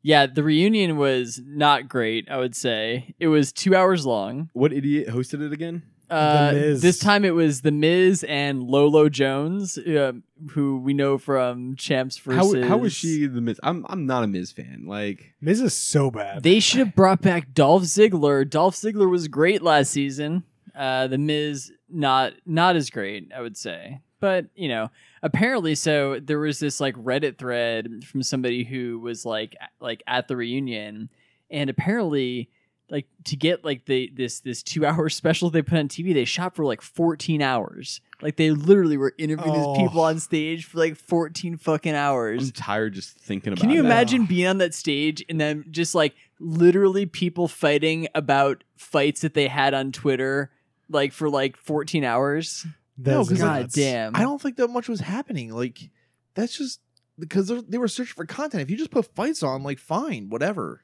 Speaker 4: yeah, the reunion was not great. I would say it was two hours long.
Speaker 5: what idiot hosted it again?
Speaker 4: Uh,
Speaker 1: The Miz.
Speaker 4: This time it was the Miz and Lolo Jones, uh, who we know from Champs versus.
Speaker 5: How how was she the Miz? I'm I'm not a Miz fan. Like
Speaker 1: Miz is so bad.
Speaker 4: They should have brought back Dolph Ziggler. Dolph Ziggler was great last season. Uh, the Miz not not as great, I would say. But you know, apparently, so there was this like Reddit thread from somebody who was like a- like at the reunion, and apparently, like to get like the this this two hour special they put on TV, they shot for like fourteen hours. Like they literally were interviewing
Speaker 1: Oh.
Speaker 4: these people on stage for like fourteen fucking hours.
Speaker 5: I'm tired just thinking about.
Speaker 4: Can you
Speaker 5: it.
Speaker 4: imagine being on that stage and then just like literally people fighting about fights that they had on Twitter like for like 14 hours?
Speaker 1: That's
Speaker 2: 'cause, like,
Speaker 4: Oh, God
Speaker 1: nuts.
Speaker 4: damn.
Speaker 2: I don't think that much was happening. Like, that's just because they're- they were searching for content. If you just put fights on, like, fine, whatever.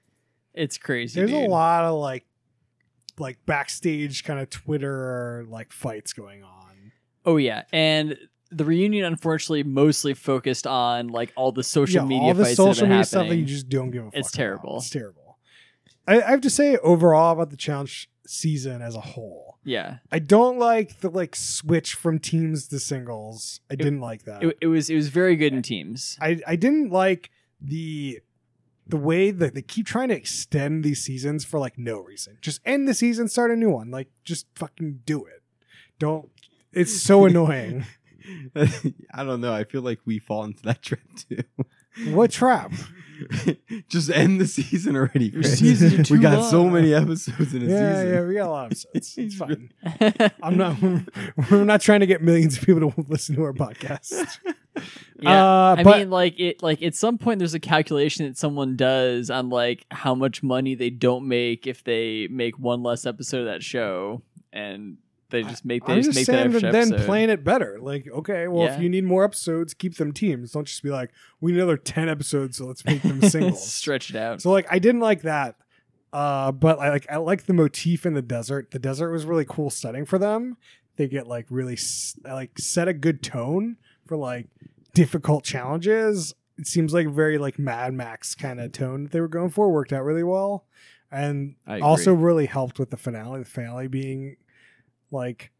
Speaker 4: It's crazy.
Speaker 1: There's a
Speaker 4: dude.
Speaker 1: lot of like, like backstage kind of Twitter like fights going on.
Speaker 4: Oh, yeah. And the reunion, unfortunately, mostly focused on like all the social
Speaker 1: Yeah,
Speaker 4: media
Speaker 1: all the
Speaker 4: fights
Speaker 1: social
Speaker 4: that
Speaker 1: media
Speaker 4: have been
Speaker 1: stuff that you
Speaker 4: happening.
Speaker 1: just don't give a fuck.
Speaker 4: It's
Speaker 1: about.
Speaker 4: terrible.
Speaker 1: It's terrible. I, I have to say overall about the challenge season as a whole.
Speaker 4: yeah.
Speaker 1: I don't like the like switch from teams to singles. I didn't like that.
Speaker 4: It, it was it was very good in teams.
Speaker 1: I I didn't like the the way that they keep trying to extend these seasons for like no reason. Just end the season, start a new one. Like just fucking do it. Don't. It's so annoying.
Speaker 5: I don't know. I feel like we fall into that trap too.
Speaker 1: what trap?
Speaker 5: Just end the season already.
Speaker 4: Your
Speaker 5: Chris.
Speaker 4: seasons are too
Speaker 5: we got so
Speaker 4: long.
Speaker 5: many episodes in a
Speaker 1: Yeah,
Speaker 5: season.
Speaker 1: yeah, we got a lot of episodes. It's fine.
Speaker 4: yeah,
Speaker 1: I'm not. We're not trying to get millions of people to listen to our podcast. uh,
Speaker 4: I
Speaker 1: but
Speaker 4: mean, like it, like at some point, there's a calculation that someone does on like how much money they don't make if they make one less episode of that show, and they just make they
Speaker 1: I'm
Speaker 4: just,
Speaker 1: just
Speaker 4: make that
Speaker 1: saying
Speaker 4: extra
Speaker 1: that then
Speaker 4: episode.
Speaker 1: playing it better. Like, okay, well,
Speaker 4: Yeah.
Speaker 1: if you need more episodes, keep them teams. Don't just be like, we need another ten episodes, so let's make them singles.
Speaker 4: stretch it out.
Speaker 1: So like I didn't like that. Uh but I like I like the motif in the desert. The desert was really cool setting for them. They get like really s- like set a good tone for like difficult challenges. It seems like very like Mad Max kind of tone that they were going for worked out really well. And
Speaker 5: I agree.
Speaker 1: also really helped with the finale. The finale being like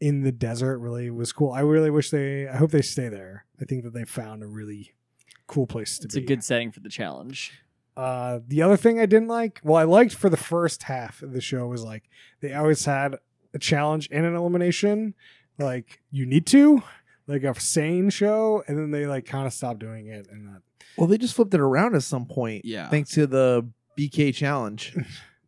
Speaker 1: in the desert really was cool. I really wish they I hope they stay there. I think that they found a really cool place to
Speaker 4: It's
Speaker 1: be.
Speaker 4: a good setting for the challenge.
Speaker 1: Uh, the other thing I didn't like, well, I liked for the first half of the show was like they always had a challenge and an elimination, like you need to, like a sane show, and then they like kind of stopped doing it, and that
Speaker 2: Well, they just flipped it around at some point.
Speaker 5: Yeah.
Speaker 2: Thanks to the BK challenge.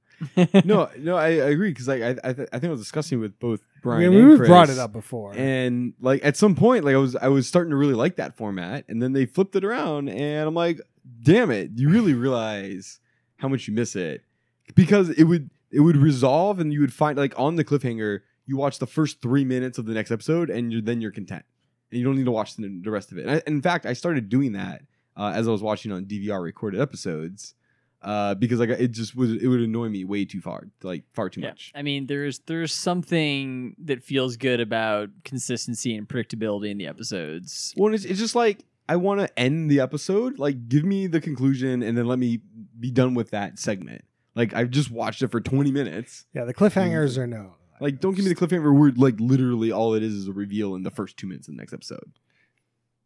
Speaker 5: no, no, I, I agree because like I, I, th- I think I was discussing with both Brian.
Speaker 1: I mean,
Speaker 5: and
Speaker 1: we've
Speaker 5: Chris,
Speaker 1: brought it up before.
Speaker 5: and like at some point, like I was, I was starting to really like that format, and then they flipped it around, and I'm like, damn it, you really realize how much you miss it because it would, it would resolve, and you would find like on the cliffhanger, you watch the first three minutes of the next episode, and you're then you're content, and you don't need to watch the, the rest of it. And I, in fact, I started doing that uh, as I was watching on DVR recorded episodes. Uh, because like it just was, it would annoy me way too far, like far too
Speaker 4: Yeah.
Speaker 5: much.
Speaker 4: I mean, there's there's something that feels good about consistency and predictability in the episodes.
Speaker 5: Well, it's, it's just like I want to end the episode. Like, give me the conclusion, and then let me be done with that segment. Like, I've just watched it for twenty minutes.
Speaker 1: yeah, the cliffhangers are no.
Speaker 5: Like, don't give me the cliffhanger word. Like, literally, all it is is a reveal in the first two minutes of the next episode.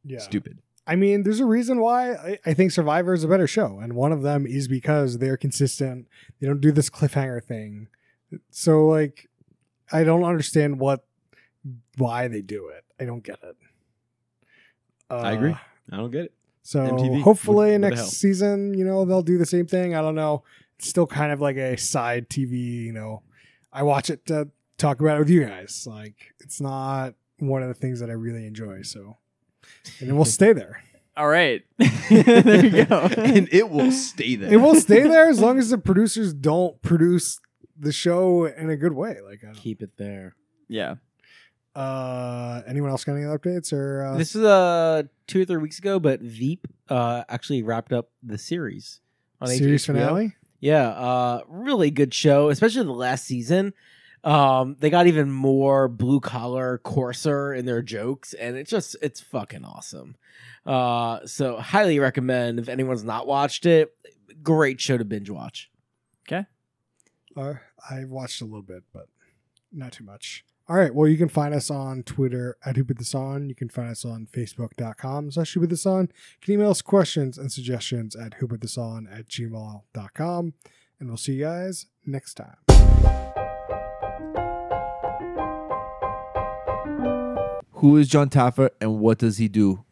Speaker 1: yeah.
Speaker 5: Stupid.
Speaker 1: I mean, there's a reason why I, I think Survivor is a better show, and one of them is because they're consistent. They don't do this cliffhanger thing. So like, I don't understand what why they do it. I don't get it. Uh,
Speaker 5: I agree. I don't get it.
Speaker 1: So
Speaker 5: MTV, what-
Speaker 1: hopefully
Speaker 5: what the hell?
Speaker 1: next season, you know, they'll do the same thing. I don't know. It's still kind of like a side TV. You know, I watch it to talk about it with you guys. Like, it's not one of the things that I really enjoy. So, and it will stay there.
Speaker 4: All right, there you go.
Speaker 5: and it will stay there.
Speaker 1: It will stay there as long as the producers don't produce the show in a good way. Like, I don't-
Speaker 3: Keep it there.
Speaker 6: Yeah.
Speaker 1: uh, anyone else got any updates or uh,
Speaker 3: This is uh two or three weeks ago, but Veep uh actually wrapped up the series on
Speaker 1: series
Speaker 3: HBO.
Speaker 1: finale?
Speaker 3: Yeah, uh, really good show, especially the last season. Um, they got even more blue collar, coarser in their jokes, and it's just it's fucking awesome. Uh, so highly recommend if anyone's not watched it. Great show to binge watch.
Speaker 1: Uh, I watched a little bit, but not too much. All right. Well, you can find us on Twitter at Who Put This On. You can find us on Facebook.com slash Who Put This On. You can email us questions and suggestions at Who Put This On at gmail.com. And we'll see you guys next time.
Speaker 2: Who is John Taffer and what does he do?